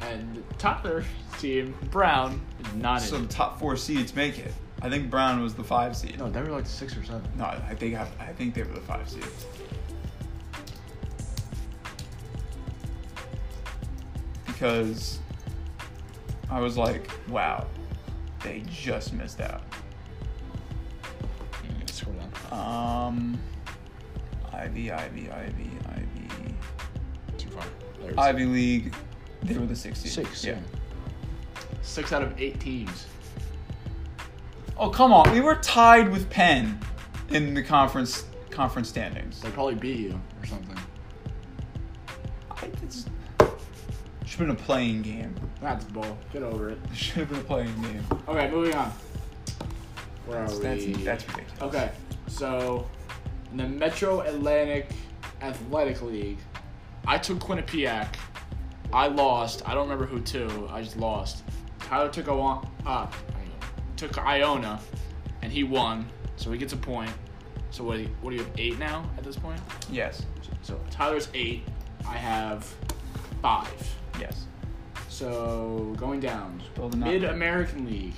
Speaker 2: And the top of their team, Brown, is not
Speaker 1: So
Speaker 2: in.
Speaker 1: the
Speaker 2: it.
Speaker 1: top four seeds make it. I think Brown was the five seed.
Speaker 2: No, they were like six or seven.
Speaker 1: No, I think I, I think they were the five seed. Because I was like, wow, they just missed out.
Speaker 2: Scroll down.
Speaker 1: Um, Ivy, Ivy, Ivy, Ivy,
Speaker 2: Too far. There's
Speaker 1: Ivy League. They were the six seed.
Speaker 2: yeah. Six out of eight teams.
Speaker 1: Oh come on, we were tied with Penn in the conference conference standings.
Speaker 2: They probably beat you or something.
Speaker 1: I just should have been a playing game.
Speaker 2: That's bull. Get over it.
Speaker 1: Should have been a playing game.
Speaker 2: Okay, moving on. Where
Speaker 1: That's,
Speaker 2: are
Speaker 1: that's,
Speaker 2: we?
Speaker 1: that's ridiculous.
Speaker 2: Okay, so in the Metro Atlantic Athletic League, I took Quinnipiac. I lost. I don't remember who to. I just lost. Tyler took Iona, uh, took Iona, and he won. So he gets a point. So what? Do you, what do you have? Eight now at this point.
Speaker 1: Yes.
Speaker 2: So Tyler's eight. I have five.
Speaker 1: Yes.
Speaker 2: So going down,
Speaker 1: Spell the knot.
Speaker 2: Mid American League.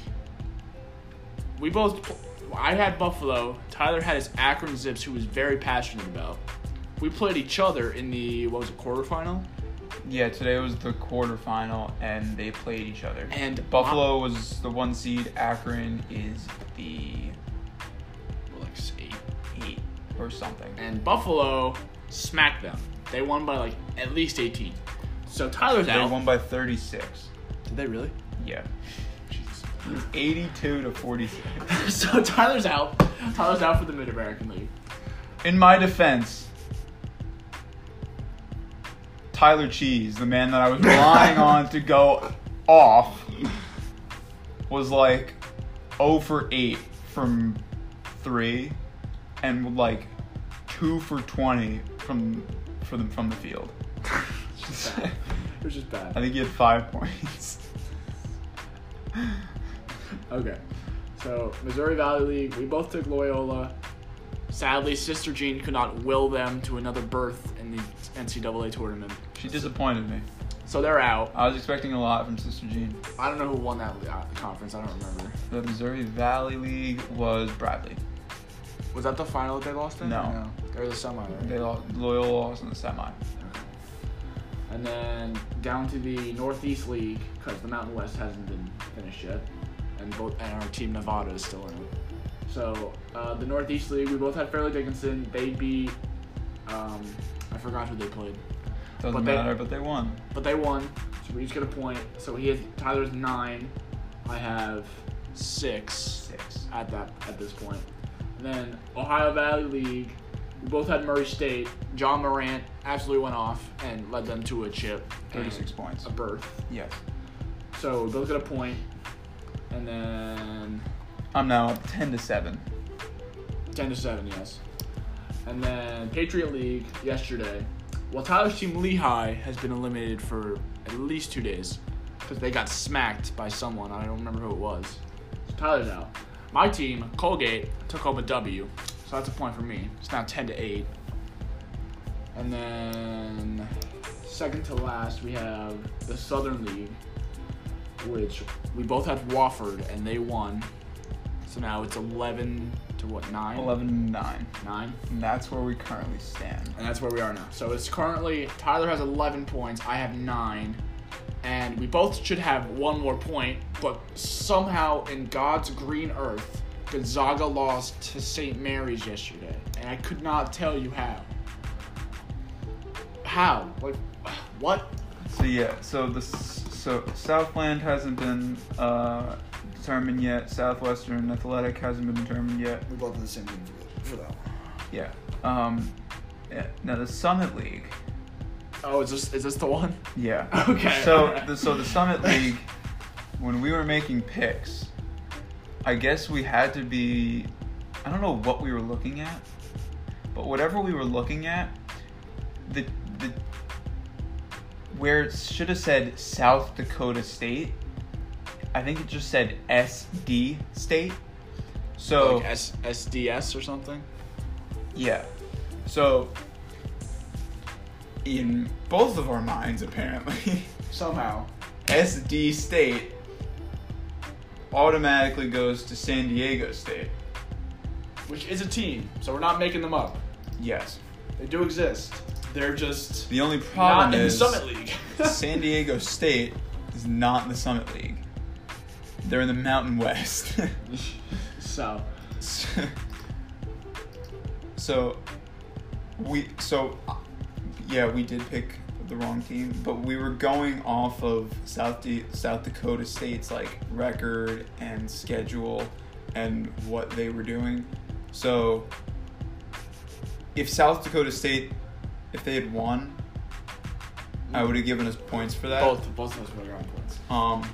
Speaker 2: We both. pl- I had Buffalo. Tyler had his Akron Zips, who was very passionate about. We played each other in the what was it quarterfinal,
Speaker 1: Yeah, today was the quarterfinal, and they played each other.
Speaker 2: and
Speaker 1: Buffalo was the one seed. Akron is the
Speaker 2: Well, like eight.
Speaker 1: eight or something.
Speaker 2: And Buffalo smacked them. They won by like at least eighteen. So Tyler's
Speaker 1: They
Speaker 2: out.
Speaker 1: won by 36.
Speaker 2: Did they really?
Speaker 1: Yeah. 82 to 46.
Speaker 2: so Tyler's out. Tyler's out for the Mid American League.
Speaker 1: In my defense, Tyler Cheese, the man that I was relying on to go off, was like 0 for 8 from 3 and like 2 for 20 from from the, from the field.
Speaker 2: It was just bad.
Speaker 1: I think he had 5 points.
Speaker 2: Okay. So Missouri Valley League, we both took Loyola. Sadly, Sister Jean could not will them to another berth in the NCAA tournament,
Speaker 1: She disappointed me.
Speaker 2: so they're out.
Speaker 1: I was expecting a lot from Sister Jean.
Speaker 2: I don't know who won that uh, conference. I don't remember.
Speaker 1: The Missouri Valley League was Bradley.
Speaker 2: Was that the final that they lost in?
Speaker 1: No.
Speaker 2: Or the semi, right?
Speaker 1: They lost, Loyola lost in the semi.
Speaker 2: And then down to the Northeast League because the Mountain West hasn't been finished yet, and both and our team Nevada is still in it. So uh, the Northeast League, we both had Fairleigh Dickinson. They beat, um, I forgot who they played,
Speaker 1: Doesn't
Speaker 2: But they-
Speaker 1: matter, but they won.
Speaker 2: but they won. So we each get a point. So he has Tyler's nine, I have six
Speaker 1: Six.
Speaker 2: at that at this point. And then Ohio Valley League, we both had Murray State. John Morant absolutely went off and led them to a chip, and
Speaker 1: 36 points.
Speaker 2: a berth.
Speaker 1: Yes.
Speaker 2: So they'll get a point, and then
Speaker 1: I'm now up 10 to 7.
Speaker 2: ten to seven, yes. And then Patriot League yesterday. Well, Tyler's team Lehigh has been eliminated for at least two days because they got smacked by someone. I don't remember who it was. So Tyler's out. My team Colgate took home a W, so that's a point for me. It's now ten to eight. And then second to last, we have the Southern League, which we both had Wofford and they won. So now it's eleven to what nine?
Speaker 1: 11 to 9.
Speaker 2: Nine.
Speaker 1: And that's where we currently stand.
Speaker 2: And that's where we are now. So it's currently Tyler has 11 points, I have 9, and we both should have one more point, but somehow in God's green earth, Gonzaga lost to St. Mary's yesterday, and I could not tell you how. How? Like what?
Speaker 1: So yeah, so the s- so Southland hasn't been uh, determined yet. Southwestern Athletic hasn't been determined yet.
Speaker 2: We both did the same thing for that.
Speaker 1: Yeah. Um, yeah. Now the Summit League
Speaker 2: Oh, is this is this the one?
Speaker 1: Yeah.
Speaker 2: Okay.
Speaker 1: So the, so the Summit League, when we were making picks, I guess we had to be, I don't know what we were looking at, but whatever we were looking at, the the where it should have said South Dakota State, I think it just said SD State. So
Speaker 2: Like S- SDS or something.
Speaker 1: yeah. So in both of our minds apparently.
Speaker 2: Somehow.
Speaker 1: SD State automatically goes to San Diego State.
Speaker 2: Which is a team, so we're not making them up.
Speaker 1: Yes.
Speaker 2: They do exist. They're just
Speaker 1: The only
Speaker 2: not
Speaker 1: problem
Speaker 2: in the
Speaker 1: is
Speaker 2: Summit League.
Speaker 1: San Diego State is not in the Summit League. They're in the Mountain West.
Speaker 2: so
Speaker 1: so we so yeah, we did pick the wrong team, but we were going off of South D- South Dakota State's like record and schedule and what they were doing. So if South Dakota State if they had won, I would have given us points for that.
Speaker 2: both both of us would have gotten points.
Speaker 1: Um,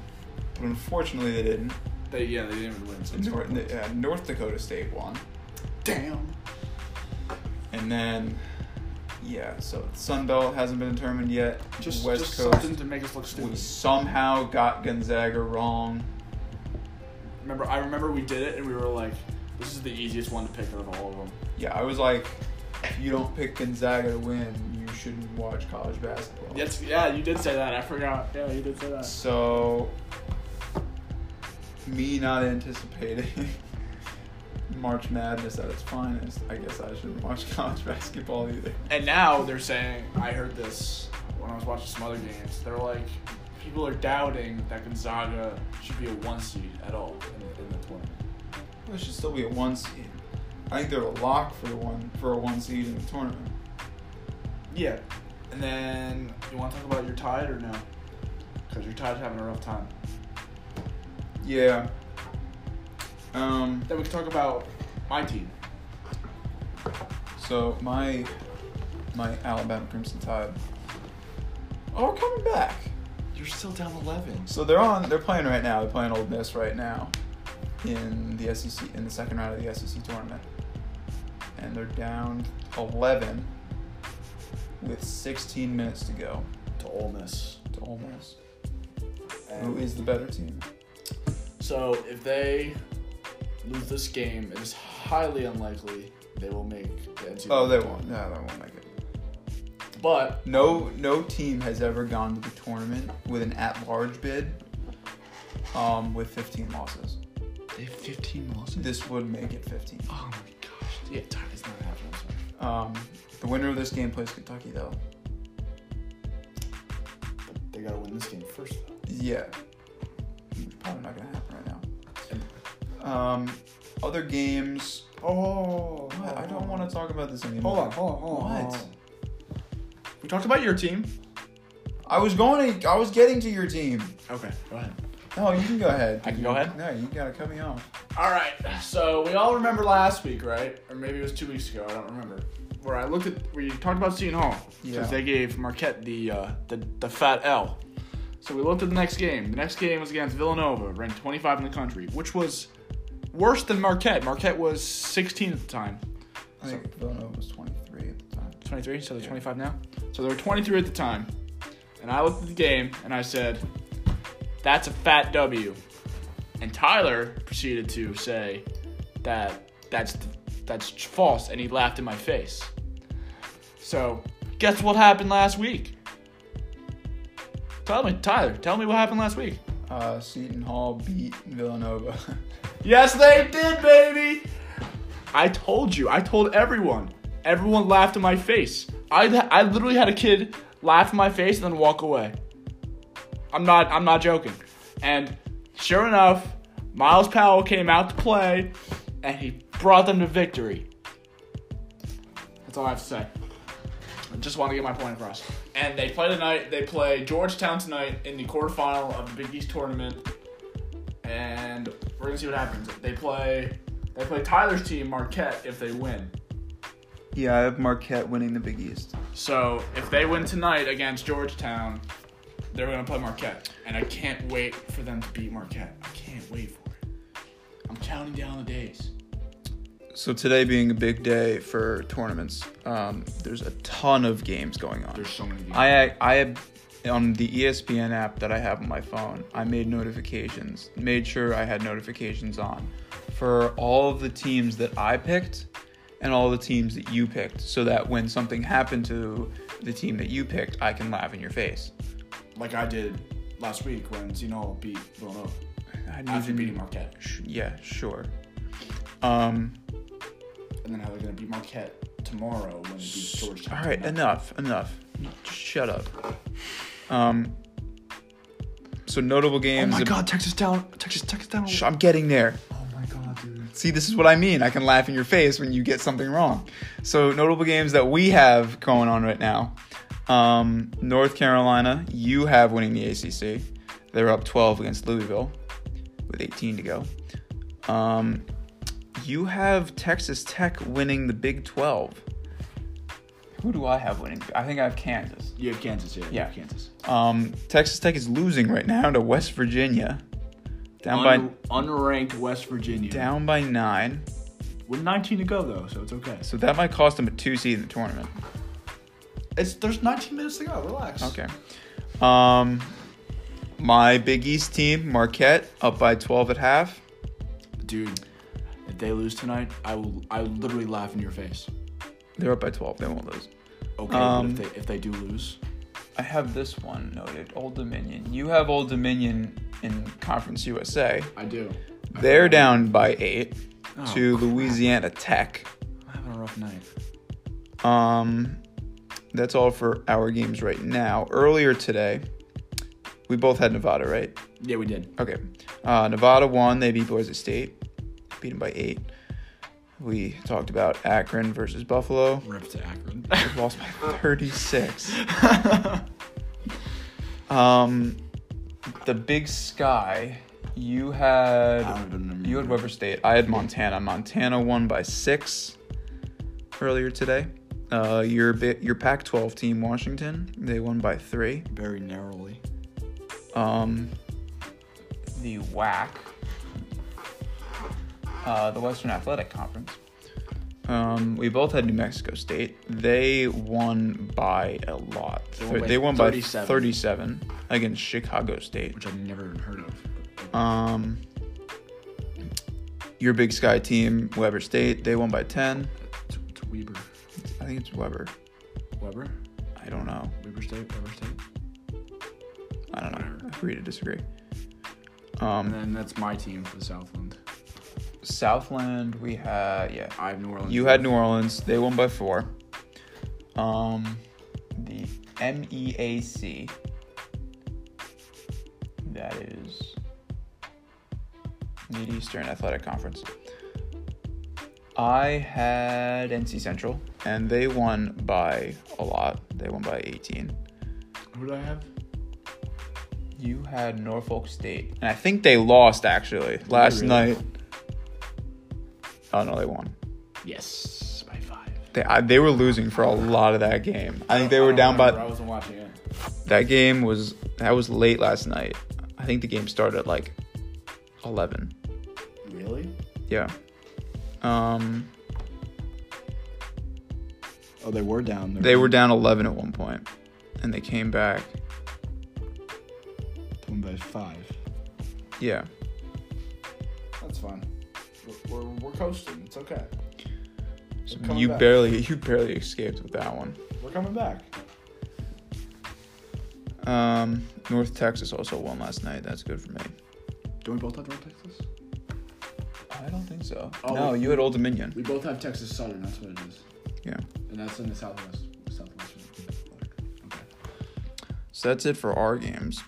Speaker 1: but unfortunately, they didn't.
Speaker 2: They yeah they didn't even win. So it's
Speaker 1: North, uh, North Dakota State won,
Speaker 2: damn.
Speaker 1: and then yeah, so Sun Belt hasn't been determined yet.
Speaker 2: Just
Speaker 1: West
Speaker 2: just
Speaker 1: Coast.
Speaker 2: something to make us look
Speaker 1: We
Speaker 2: stupid.
Speaker 1: somehow got Gonzaga wrong.
Speaker 2: Remember I remember we did it and we were like, this is the easiest one to pick out of all of them.
Speaker 1: Yeah, I was like, if you don't pick Gonzaga to win, you shouldn't watch college basketball.
Speaker 2: Yes, yeah, you did say that. I forgot. Yeah, you did say that.
Speaker 1: So, me not anticipating March Madness at its finest, I guess I shouldn't watch college basketball either.
Speaker 2: And now they're saying, I heard this when I was watching some other games. They're like, people are doubting that Gonzaga should be a one seed at all in, in the tournament.
Speaker 1: Well, It should still be a one seed. I think they're a lock for the one for a one seed in the tournament.
Speaker 2: Yeah. And then you want to talk about your Tide or no? Because your Tide's having a rough time.
Speaker 1: Yeah. Um.
Speaker 2: Then we can talk about my team.
Speaker 1: So my my Alabama Crimson Tide are coming back.
Speaker 2: Oh, You're still down 11.
Speaker 1: So they're on. They're playing right now. They're playing Old Miss right now in the SEC in the second round of the SEC tournament, and they're down eleven with 16 minutes to go
Speaker 2: To Ole Miss.
Speaker 1: to Ole Miss,
Speaker 2: And-
Speaker 1: who is the better team.
Speaker 2: So if they lose this game, it is highly unlikely they will make the NCAA.
Speaker 1: Oh, they won't. No, they won't make it.
Speaker 2: But
Speaker 1: No, no team has ever gone to the tournament with an at-large bid um, with 15 losses.
Speaker 2: They have 15 losses.
Speaker 1: This would make it 15.
Speaker 2: oh my gosh. Yeah, Tide is not happening. I'm sorry.
Speaker 1: Um, the winner of this game plays Kentucky, though.
Speaker 2: But they gotta win this game first, though.
Speaker 1: Yeah, it's probably not gonna happen right now. Um, other games.
Speaker 2: Oh,
Speaker 1: I I don't want to talk about this anymore.
Speaker 2: Hold on, hold on, hold on.
Speaker 1: What?
Speaker 2: hold on. We talked about your team.
Speaker 1: I was going. To, I was getting to your team.
Speaker 2: Okay, go ahead.
Speaker 1: No, you can go ahead.
Speaker 2: I can go ahead?
Speaker 1: No, you gotta cut me off.
Speaker 2: All right, so we all remember last week, right? Or maybe it was two weeks ago. I don't remember. Where I looked at, where you talked about Seton Hall,
Speaker 1: Yeah.
Speaker 2: because they gave Marquette the uh, the the fat L. So we looked at the next game. The next game was against Villanova, ranked 25 in the country, which was worse than Marquette. Marquette was 16 at the time.
Speaker 1: I think Villanova was 23 at the time.
Speaker 2: 23, so they're 25 now. So they were 23 at the time. And I looked at the game and I said, that's a fat W. And Tyler proceeded to say that that's that's false and he laughed in my face. So, guess what happened last week? Tell me, Tyler, tell me what happened last week.
Speaker 1: Uh, Seton Hall beat Villanova.
Speaker 2: Yes, they did, baby. I told you. I told everyone. Everyone laughed in my face. I, I literally had a kid laugh in my face and then walk away. I'm not I'm not joking. And sure enough, Miles Powell came out to play and he brought them to victory. That's all I have to say. I just want to get my point across. And they play tonight. They play Georgetown tonight in the quarterfinal of the Big East tournament and we're gonna see what happens. They play they play Tyler's team Marquette if they win.
Speaker 1: Yeah, I have Marquette winning the Big East.
Speaker 2: So if they win tonight against Georgetown, they're gonna play Marquette, and I can't wait for them to beat Marquette. I can't wait for it. I'm counting down the days.
Speaker 1: So today being a big day for tournaments, um, there's a ton of games going on.
Speaker 2: There's so many. Games.
Speaker 1: I I have on the E ESPN app that I have on my phone. I made notifications, made sure I had notifications on for all of the teams that I picked and all the teams that you picked, so that when something happened to the team that you picked, I can laugh in your face.
Speaker 2: like I did last week when Zeno beat Villanova
Speaker 1: I didn't
Speaker 2: after
Speaker 1: even-
Speaker 2: beating Marquette,
Speaker 1: Sh- yeah, sure. Um,
Speaker 2: and then how they're gonna beat Marquette tomorrow when they beat Georgetown.
Speaker 1: all right,
Speaker 2: tonight.
Speaker 1: enough, enough. Shut up. Um, so notable
Speaker 2: Oh
Speaker 1: games.
Speaker 2: my God, Texas down, Texas, Texas down.
Speaker 1: Sh- I'm getting there.
Speaker 2: Oh my God, dude.
Speaker 1: See, this is what I mean. I can laugh in your face when you get something wrong. So, notable games that we have going on right now um, North Carolina, you have winning the ACC. They're up 12 against Louisville with 18 to go. Um, you have Texas Tech winning the Big 12. Who do I have winning? I think I have Kansas.
Speaker 2: You have Kansas, yeah. You
Speaker 1: Yeah.
Speaker 2: have Kansas.
Speaker 1: Um, Texas Tech is losing right now to West Virginia. Down by
Speaker 2: Un- unranked West Virginia.
Speaker 1: down by nine.
Speaker 2: With 19 to go though, so it's okay.
Speaker 1: So that might cost them a two seed in the tournament.
Speaker 2: It's there's 19 minutes to go. Relax.
Speaker 1: Okay. Um, my Big East team, Marquette, up by 12 at half.
Speaker 2: Dude, if they lose tonight, I will I will literally laugh in your face.
Speaker 1: They're up by 12. They won't lose.
Speaker 2: Okay,
Speaker 1: Um,
Speaker 2: but if they if they do lose,
Speaker 1: I have this one noted Old Dominion. You have Old Dominion in Conference USA.
Speaker 2: I do.
Speaker 1: They're down by eight
Speaker 2: Oh,
Speaker 1: to Louisiana Tech.
Speaker 2: I'm having a rough night.
Speaker 1: Um, that's all for our games right now. Earlier today, we both had Nevada, right?
Speaker 2: Yeah, we did.
Speaker 1: Okay. Uh, Nevada won. They beat Boise State. Beat them by eight. We talked about Akron versus Buffalo.
Speaker 2: Rip to Akron.
Speaker 1: Lost by 36. Um, the Big Sky. You had you had Weber State. I had Montana. Montana won by six earlier today. Uh, your bi- your Pac-12 team, Washington, they won by three.
Speaker 2: very narrowly.
Speaker 1: Um, the WAC, uh, the Western Athletic Conference. Um, we both had New Mexico State. They won by a lot.
Speaker 2: They won by
Speaker 1: They won by
Speaker 2: 37.
Speaker 1: 37 against Chicago State.
Speaker 2: Which I've never even heard of.
Speaker 1: Um, your Big Sky team, Weber State, they won by 10.
Speaker 2: It's, it's Weber.
Speaker 1: I think it's Weber.
Speaker 2: Weber?
Speaker 1: I don't know.
Speaker 2: Weber State? Weber State?
Speaker 1: I don't know.
Speaker 2: Whatever.
Speaker 1: Free to disagree.
Speaker 2: And
Speaker 1: Um,
Speaker 2: then that's my team for Southland.
Speaker 1: Southland, we had, yeah,
Speaker 2: I have New Orleans.
Speaker 1: You had New Orleans. They won by four. Um, the E MEAC. That is Mid Eastern Athletic Conference. I had NC Central, and they won by a lot. They won by 18.
Speaker 2: Who did I have?
Speaker 1: You had Norfolk State, and I think they lost actually last
Speaker 2: really?
Speaker 1: night. Oh no, they won.
Speaker 2: Yes, by five.
Speaker 1: They I, they were losing for a lot of that game. I think they were down by
Speaker 2: I wasn't watching it.
Speaker 1: that game was that was late last night. I think the game started at like eleven.
Speaker 2: Really?
Speaker 1: Yeah. Um,
Speaker 2: Oh, they were down.
Speaker 1: they were down eleven at one point, and they came back.
Speaker 2: down by five.
Speaker 1: Yeah.
Speaker 2: That's fine. We're, we're, we're coasting. It's okay.
Speaker 1: So
Speaker 2: We're coming
Speaker 1: you
Speaker 2: back.
Speaker 1: barely you barely escaped with that one.
Speaker 2: We're coming back.
Speaker 1: Um, North Texas also won last night. That's good for me.
Speaker 2: Do we both have North Texas?
Speaker 1: I don't think so.
Speaker 2: Oh,
Speaker 1: no,
Speaker 2: we-
Speaker 1: you had Old Dominion.
Speaker 2: We both have Texas Southern. That's what it is.
Speaker 1: Yeah.
Speaker 2: And that's in the Southwest. Southwest. Okay.
Speaker 1: So that's it for our games.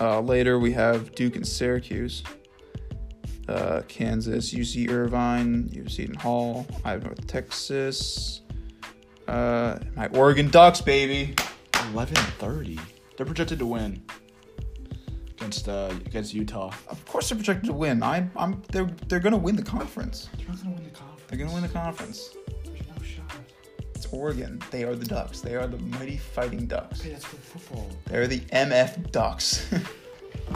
Speaker 1: Uh, later we have Duke and Syracuse, uh, Kansas, UC Irvine, UC Seton Hall. I have North Texas. Uh, my Oregon Ducks, baby.
Speaker 2: Eleven thirty. They're projected to win against uh, against Utah.
Speaker 1: Of course they're projected to win. I, I'm. They're they're gonna win the conference.
Speaker 2: They're not gonna win the conference.
Speaker 1: They're gonna win the conference.
Speaker 2: There's no shot.
Speaker 1: It's against Oregon. They are the Ducks. They are the mighty fighting Ducks.
Speaker 2: Hey, that's good football.
Speaker 1: They're the MF Ducks.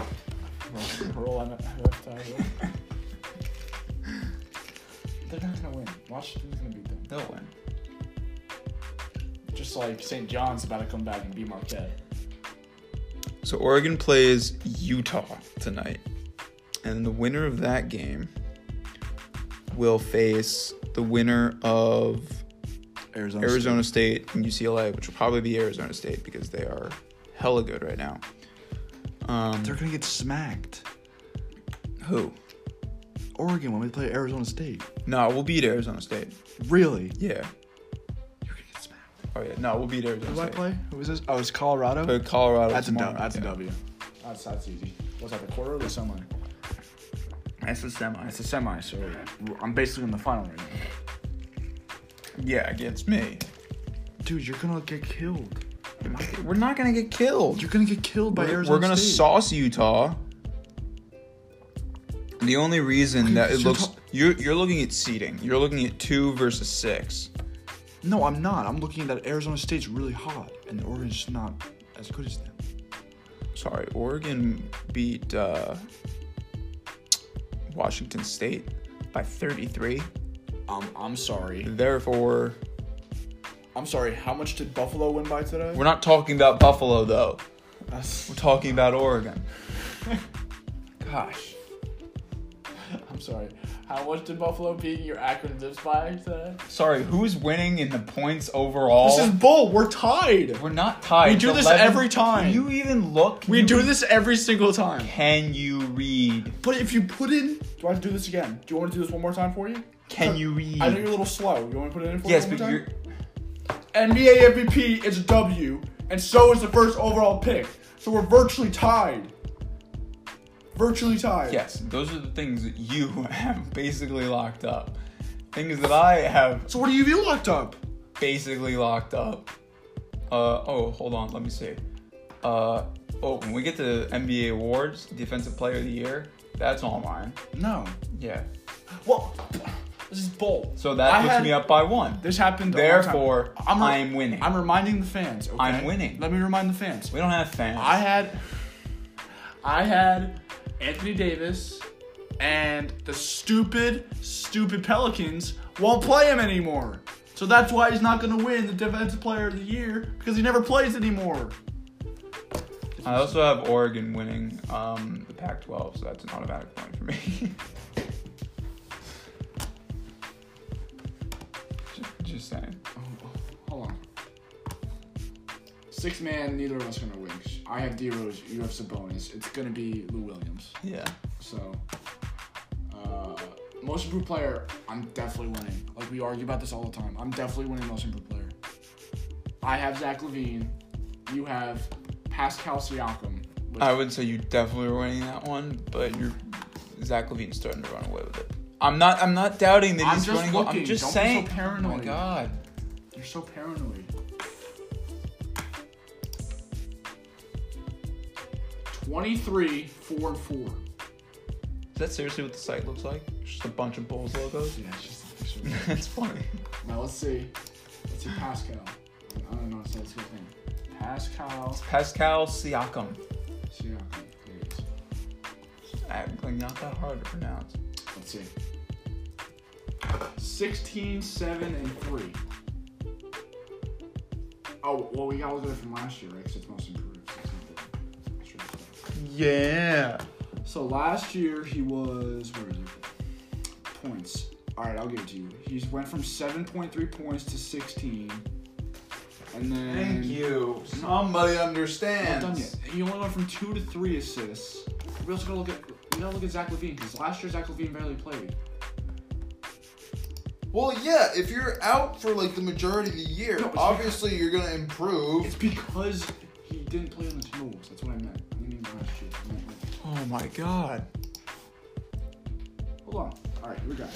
Speaker 2: Roll- Roll on it. Left eye, right. They're not gonna win. Washington's gonna beat them.
Speaker 1: They'll win.
Speaker 2: Just like St. John's about to come back and beat Marquette.
Speaker 1: So Oregon plays Utah tonight. And the winner of that game will face the winner of
Speaker 2: Arizona.
Speaker 1: Arizona State and UCLA, which will probably be Arizona State because they are hella good right now. Um,
Speaker 2: They're gonna get smacked.
Speaker 1: who?
Speaker 2: Oregon when we play Arizona State.
Speaker 1: No, we'll beat Arizona State.
Speaker 2: Really?
Speaker 1: Yeah.
Speaker 2: You're gonna get smacked.
Speaker 1: Oh yeah. No, we'll beat Arizona
Speaker 2: Who do I
Speaker 1: State.
Speaker 2: play? Who is this? Oh, it's Colorado.
Speaker 1: Play Colorado.
Speaker 2: that's a
Speaker 1: tomorrow.
Speaker 2: dub. That's a
Speaker 1: Yeah.
Speaker 2: W. That's that's easy. Was that the quarter or the semi?
Speaker 4: That's the semi.
Speaker 2: It's a semi, so I'm basically in the final right now.
Speaker 1: Yeah, against me.
Speaker 2: Dude, you're gonna get killed.
Speaker 1: We're not gonna get killed.
Speaker 2: You're gonna get killed by
Speaker 1: We're,
Speaker 2: Arizona
Speaker 1: we're gonna
Speaker 2: State.
Speaker 1: sauce Utah. The only reason that it
Speaker 2: Utah-
Speaker 1: looks you're you're looking at seeding. You're looking at two versus six.
Speaker 2: No, I'm not. I'm looking that Arizona State's really hot, and Oregon's just not as good as them.
Speaker 1: Sorry, Oregon beat uh, Washington State by 33.
Speaker 2: Um, I'm sorry.
Speaker 1: Therefore,
Speaker 2: I'm sorry. How much did Buffalo win by today?
Speaker 1: we're not talking about Buffalo though.
Speaker 2: That's-
Speaker 1: We're talking about Oregon. Gosh.
Speaker 2: I'm sorry. How much did Buffalo beat your Akron Zips by today?
Speaker 4: Sorry, who's winning in the points overall?
Speaker 2: This is bull. We're tied.
Speaker 4: We're not tied.
Speaker 2: We do
Speaker 4: It's
Speaker 2: this
Speaker 4: 11
Speaker 2: every time.
Speaker 4: Can you even look? Can
Speaker 2: We
Speaker 4: you-
Speaker 2: do this every single time.
Speaker 4: Can you read?
Speaker 2: But if you put in, do I have to do this again? Do you want to do this one more time for you?
Speaker 4: Can you read?
Speaker 2: I know you're a little slow. You want to put it in for
Speaker 4: yes,
Speaker 2: me?
Speaker 4: but you're.
Speaker 2: NBA MVP is a W, and so is the first overall pick. So we're virtually tied. Virtually tied.
Speaker 4: Yes, those are the things that you have basically locked up. Things that I have
Speaker 2: So what do you view locked up?
Speaker 4: basically locked up. Uh oh, hold on, let me see. Uh oh, when we get to NBA awards, defensive player of the year, that's all mine.
Speaker 2: No.
Speaker 4: Yeah.
Speaker 2: Well, this is bull.
Speaker 4: So that
Speaker 2: I
Speaker 4: puts
Speaker 2: had-
Speaker 4: me up by one.
Speaker 2: This happened. a long time-
Speaker 4: Therefore,
Speaker 2: I'm,
Speaker 4: I am winning.
Speaker 2: I'm reminding the fans. Okay?
Speaker 4: I'm winning.
Speaker 2: Let me remind the fans.
Speaker 4: we don't have fans.
Speaker 2: I had, I had Anthony Davis, and the stupid, stupid Pelicans won't play him anymore. So that's why he's not gonna win the Defensive Player of the Year because he never plays anymore.
Speaker 4: I also have Oregon winning um, the Pac-12, so that's an automatic point for me. just, just saying.
Speaker 2: Hold on. Six man, neither of us are gonna win. I have D Rose, you have Sabonis. It's gonna be Lou Williams.
Speaker 4: Yeah.
Speaker 2: So, uh, most improved player, I'm definitely winning. Like we argue about this all the time. I'm definitely winning most improved player. I have Zach Levine. You have Pascal Siakam. which-
Speaker 1: Uh,
Speaker 4: I would say you definitely were winning that one, but you're Zach Levine's starting to run away with it. I'm not. I'm not doubting that
Speaker 2: I'm
Speaker 4: he's
Speaker 2: just
Speaker 4: running.
Speaker 2: looking.
Speaker 4: I'm just
Speaker 2: Don't be so
Speaker 4: saying. Oh my
Speaker 2: paranoid.
Speaker 4: god.
Speaker 2: You're so paranoid. Twenty-three, four and four.
Speaker 4: Is that seriously what the site looks like? It's Just a bunch of Bulls logos.
Speaker 2: Yeah, it's just a picture.
Speaker 4: That's funny.
Speaker 2: now let's see. Let's see Pascal. I don't know what to say his name. Pascal
Speaker 4: Pascal Siakam.
Speaker 2: Siakam. There he is.
Speaker 4: Act Like not that hard to pronounce.
Speaker 2: Let's see. 16, 7, and 3. Oh, well, we got all the way from last year, right? Because it's most improved. so it's not the- I should have said.
Speaker 4: Yeah.
Speaker 2: So last year he was where is it? Points. All right, I'll give it to you. He's went from 7.3 points to 16, and then
Speaker 4: Thank you. Somebody
Speaker 2: Not
Speaker 4: understands.
Speaker 2: done yet. He only went from two to three assists. We also gotta look at we gotta look at Zach Levine because last year Zach Levine barely played.
Speaker 1: Well, yeah, if you're out for like the majority of the year,
Speaker 2: No, it's-
Speaker 1: obviously you're gonna improve.
Speaker 2: It's because he didn't play on the Timberwolves. That's what I meant. I didn't mean last year. I meant like-
Speaker 1: Oh my god.
Speaker 2: Hold on. All right, here we go.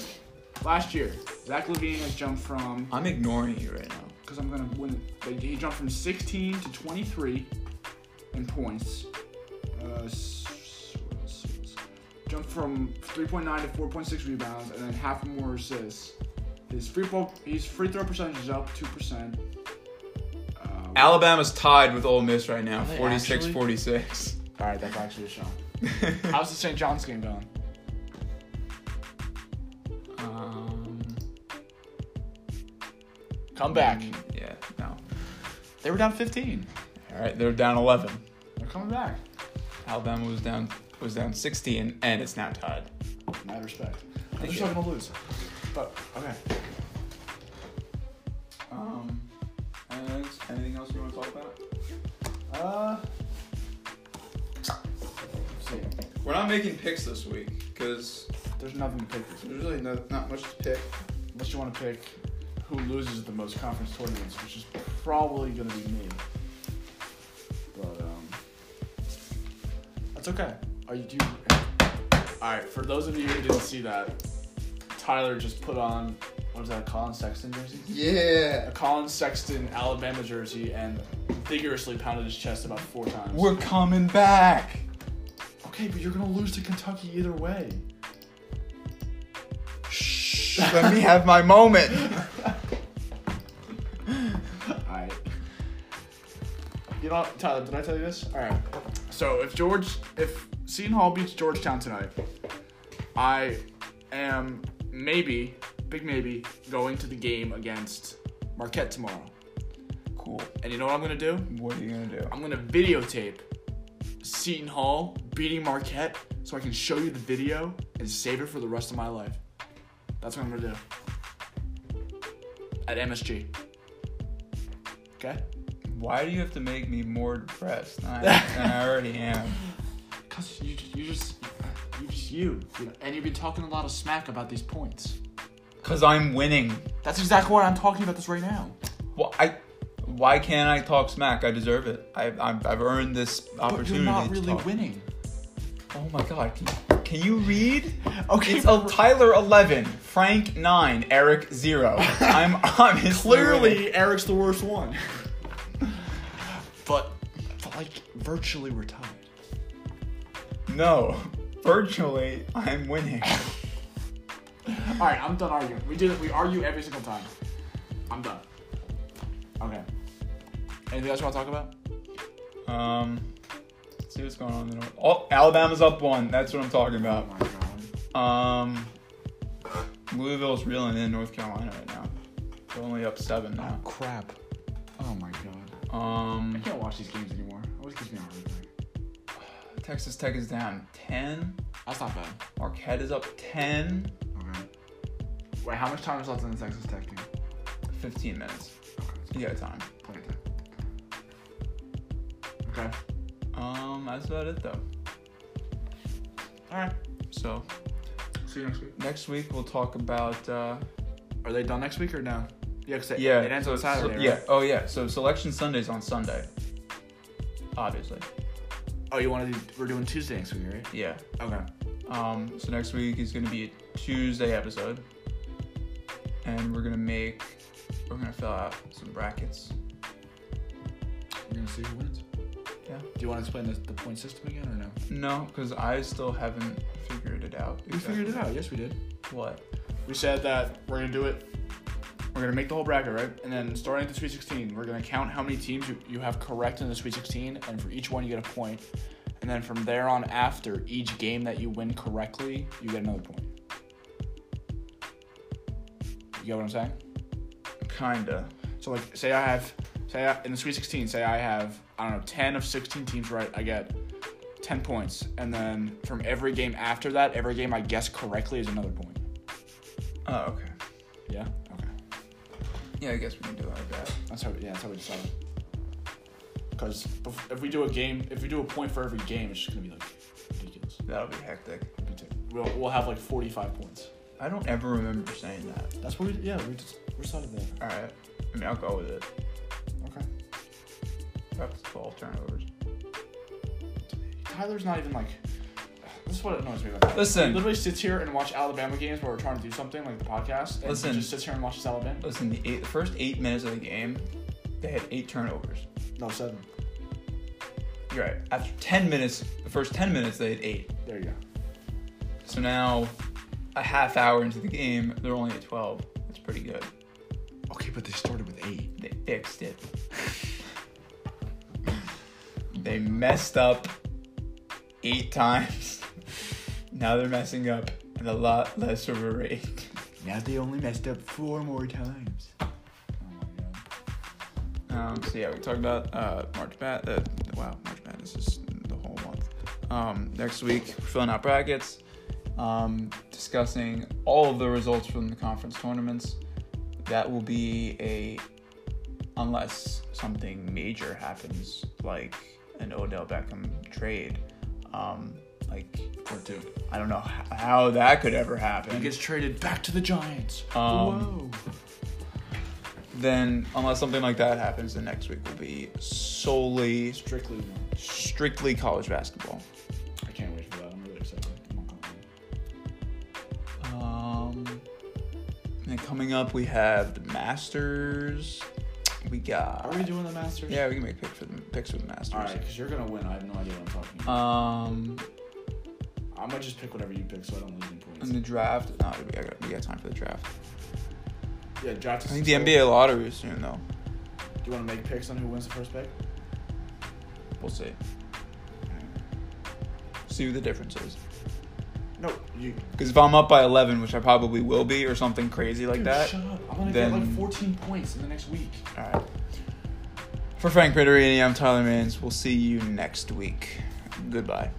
Speaker 2: Last year, Zach Levine has jumped from
Speaker 4: I'm ignoring you right now.
Speaker 2: because I'm gonna win it. like, He jumped from 16 to 23 in points. Uh, s- what else was- jumped from 3.9 to 4.6 rebounds, and then half more assists. His free throw, his free throw percentage is up two percent. Um, all
Speaker 1: Alabama's tied with Ole Miss right now,
Speaker 2: Are they
Speaker 1: 46
Speaker 2: actually?
Speaker 1: 46.
Speaker 2: right, that's actually a show. How's the St. John's game going?
Speaker 1: um,
Speaker 2: Come back.
Speaker 1: yeah, no.
Speaker 2: They were down 15.
Speaker 1: All right, they're down 11.
Speaker 2: They're coming back.
Speaker 1: Alabama was down was down 16, and it's now tied.
Speaker 2: Mad respect. They're
Speaker 1: Thank
Speaker 2: still
Speaker 1: you.
Speaker 2: gonna lose. But okay.
Speaker 1: Um, and anything else you want to talk about?
Speaker 2: Uh. Let's see.
Speaker 1: We're not making picks this week because
Speaker 2: There's nothing to pick this week.
Speaker 1: there's really not, not much to pick.
Speaker 2: Unless you want to pick who loses the most conference tournaments, which is probably going to be me. But, um, that's okay. Are you, do you, Alright, for those of you who didn't see that, Tyler just put on, what is that, a Colin Sexton jersey? A
Speaker 5: Yeah.
Speaker 2: Colin Sexton Alabama jersey and vigorously pounded his chest about four times.
Speaker 1: We're coming back.
Speaker 2: okay, but you're going to lose to Kentucky either way.
Speaker 1: Shh, let me have my moment.
Speaker 2: Alright. You know, Tyler, did I tell you this? Alright. So if George if Seton Hall beats Georgetown tonight, I am maybe, big maybe, going to the game against Marquette tomorrow.
Speaker 1: Cool.
Speaker 2: And you know what I'm gonna do?
Speaker 1: What are you gonna do?
Speaker 2: I'm gonna videotape Seton Hall beating Marquette so I can show you the video and save it for the rest of my life. That's what I'm gonna do. At MSG. Okay?
Speaker 1: Why do you have to make me more depressed than I, than I already am?
Speaker 2: Cause you, you just, you just you, and you've been talking a lot of smack about these points.
Speaker 1: Cause I'm winning.
Speaker 2: That's exactly why I'm talking about this right now.
Speaker 1: Why? I, why can't I talk smack? I deserve it. I, I've, I've earned this
Speaker 2: But
Speaker 1: opportunity.
Speaker 2: you're not
Speaker 1: to
Speaker 2: really
Speaker 1: talk.
Speaker 2: winning.
Speaker 1: Oh my god. Can you, can you read?
Speaker 2: Okay,
Speaker 1: It's a, Tyler 11, Frank 9, Eric 0. I'm honestly. winning.
Speaker 2: clearly Eric's the worst one. but, but like virtually we're tied.
Speaker 1: No. Virtually, I'm winning.
Speaker 2: All right, I'm done arguing. We did, we argue every single time. I'm done. Okay. Anything else you want to talk about?
Speaker 1: Um. Let's see what's going on. in the North. Oh, Alabama's up one. That's what I'm talking
Speaker 2: Oh
Speaker 1: about.
Speaker 2: my god.
Speaker 1: Um, Louisville's reeling in North Carolina right now. They're only up seven now.
Speaker 2: crap. Oh my god. I
Speaker 1: Um,
Speaker 2: can't watch these games anymore. Always gives me a heart attack.
Speaker 1: Texas Tech is down ten.
Speaker 2: That's not bad.
Speaker 1: Marquette is up 10.
Speaker 2: Okay. Wait, how much time is left in the Texas Tech game?
Speaker 1: 15 minutes.
Speaker 2: Okay.
Speaker 1: You got time.
Speaker 2: Plenty of time. Okay.
Speaker 1: Um, that's about it though.
Speaker 2: All right.
Speaker 1: So
Speaker 2: See you next week.
Speaker 1: next week we'll talk about uh,
Speaker 2: Are they done next week or no? Yeah, because it,
Speaker 1: yeah.
Speaker 2: it ends on
Speaker 1: so- so-
Speaker 2: Saturday.
Speaker 1: Yeah.
Speaker 2: right?
Speaker 1: Oh yeah. So selection Sunday's on Sunday. Obviously.
Speaker 2: Oh, you want to? Do, we're doing Tuesday next week, right?
Speaker 1: Yeah.
Speaker 2: Okay.
Speaker 1: Um, so next week is going to be a Tuesday episode, and we're gonna make we're gonna fill out some brackets.
Speaker 2: We're gonna see who wins.
Speaker 1: Yeah.
Speaker 2: Do you want to explain the, the point system again or no?
Speaker 1: No, because I still haven't figured it out.
Speaker 2: We figured it out. Yes, we did.
Speaker 1: What?
Speaker 2: We said that we're gonna do it. We're gonna make the whole bracket, right? And then starting at the Sweet 16, we're gonna count how many teams you, you have correct in the Sweet 16, and for each one you get a point. And then from there on, after each game that you win correctly, you get another point. You get what I'm saying?
Speaker 1: Kinda.
Speaker 2: So like, say I have, say I, in the Sweet 16, say I have, I don't know, 10 of 16 teams right, I get 10 points, and then from every game after that, every game I guess correctly is another point.
Speaker 1: Oh, okay.
Speaker 2: Yeah. Okay.
Speaker 1: Yeah, I guess we can do it like that.
Speaker 2: That's how. Yeah, that's how we decide. Because if we do a game, if we do a point for every game, it's just gonna be like ridiculous.
Speaker 1: That'll be hectic.
Speaker 2: It'll be ter- We'll, we'll have like forty-five points.
Speaker 1: I don't ever remember saying that.
Speaker 2: That's what we. Yeah, we just decided that.
Speaker 1: All right. I mean, I'll go with it.
Speaker 2: Okay.
Speaker 1: Perhaps 12 turnovers.
Speaker 2: Tyler's not even like. This is what annoys me about. Tyler.
Speaker 1: Listen.
Speaker 2: he literally sits here and watch Alabama games where we're trying to do something like the podcast, and
Speaker 1: Listen.
Speaker 2: he just sits here and watches Alabama.
Speaker 1: Listen, the, eight, the first eight minutes of the game, they had eight turnovers.
Speaker 2: No seven.
Speaker 1: You're right. After 10 minutes, the first 10 minutes, they had eight.
Speaker 2: There you go.
Speaker 1: So now, a half hour into the game, they're only at 12. It's pretty good.
Speaker 2: Okay, but they started with eight.
Speaker 1: They fixed it. they messed up eight times. Now they're messing up at a lot less of a rate.
Speaker 2: Now they only messed up four more times.
Speaker 1: Oh my god. Um, so yeah, we talked about uh, March Bat. Uh, wow, March Madness is the whole month. Um, next week, we're filling out brackets, um, discussing all of the results from the conference tournaments. That will be a unless something major happens, like an Odell Beckham trade. Um, like
Speaker 2: Or two.
Speaker 1: I don't know h- how that could ever happen.
Speaker 2: He gets traded back to the Giants.
Speaker 1: Um,
Speaker 2: Whoa.
Speaker 1: then unless something like that happens, then next week will be solely
Speaker 2: Strictly March.
Speaker 1: strictly college basketball.
Speaker 2: I can't wait for that. I'm really excited. I'm not gonna lie.
Speaker 1: Um, and coming up, we have the Masters. We got.
Speaker 2: Are we doing the Masters?
Speaker 1: Yeah, we can make pick for the, picks for the Masters.
Speaker 2: All right, because you're gonna win. I have no idea what I'm talking about.
Speaker 1: Um, Uh,
Speaker 2: I'm gonna just pick whatever you pick, so I don't lose any points.
Speaker 1: and the draft. No, we got, we got time for the draft.
Speaker 2: yeah, draft.
Speaker 1: I think the NBA lottery is soon, though.
Speaker 2: Do you want to make picks on who wins the first pick?
Speaker 1: We'll see. See what the difference is.
Speaker 2: No, you.
Speaker 1: Because if I'm up by 11, which I probably will be, or something crazy like
Speaker 2: Dude,
Speaker 1: that.
Speaker 2: Shut up! I'm gonna get
Speaker 1: then-
Speaker 2: like 14 points in the next week.
Speaker 1: All right. For Frank Peterini, I'm Tyler Mans. We'll see you next week. Goodbye.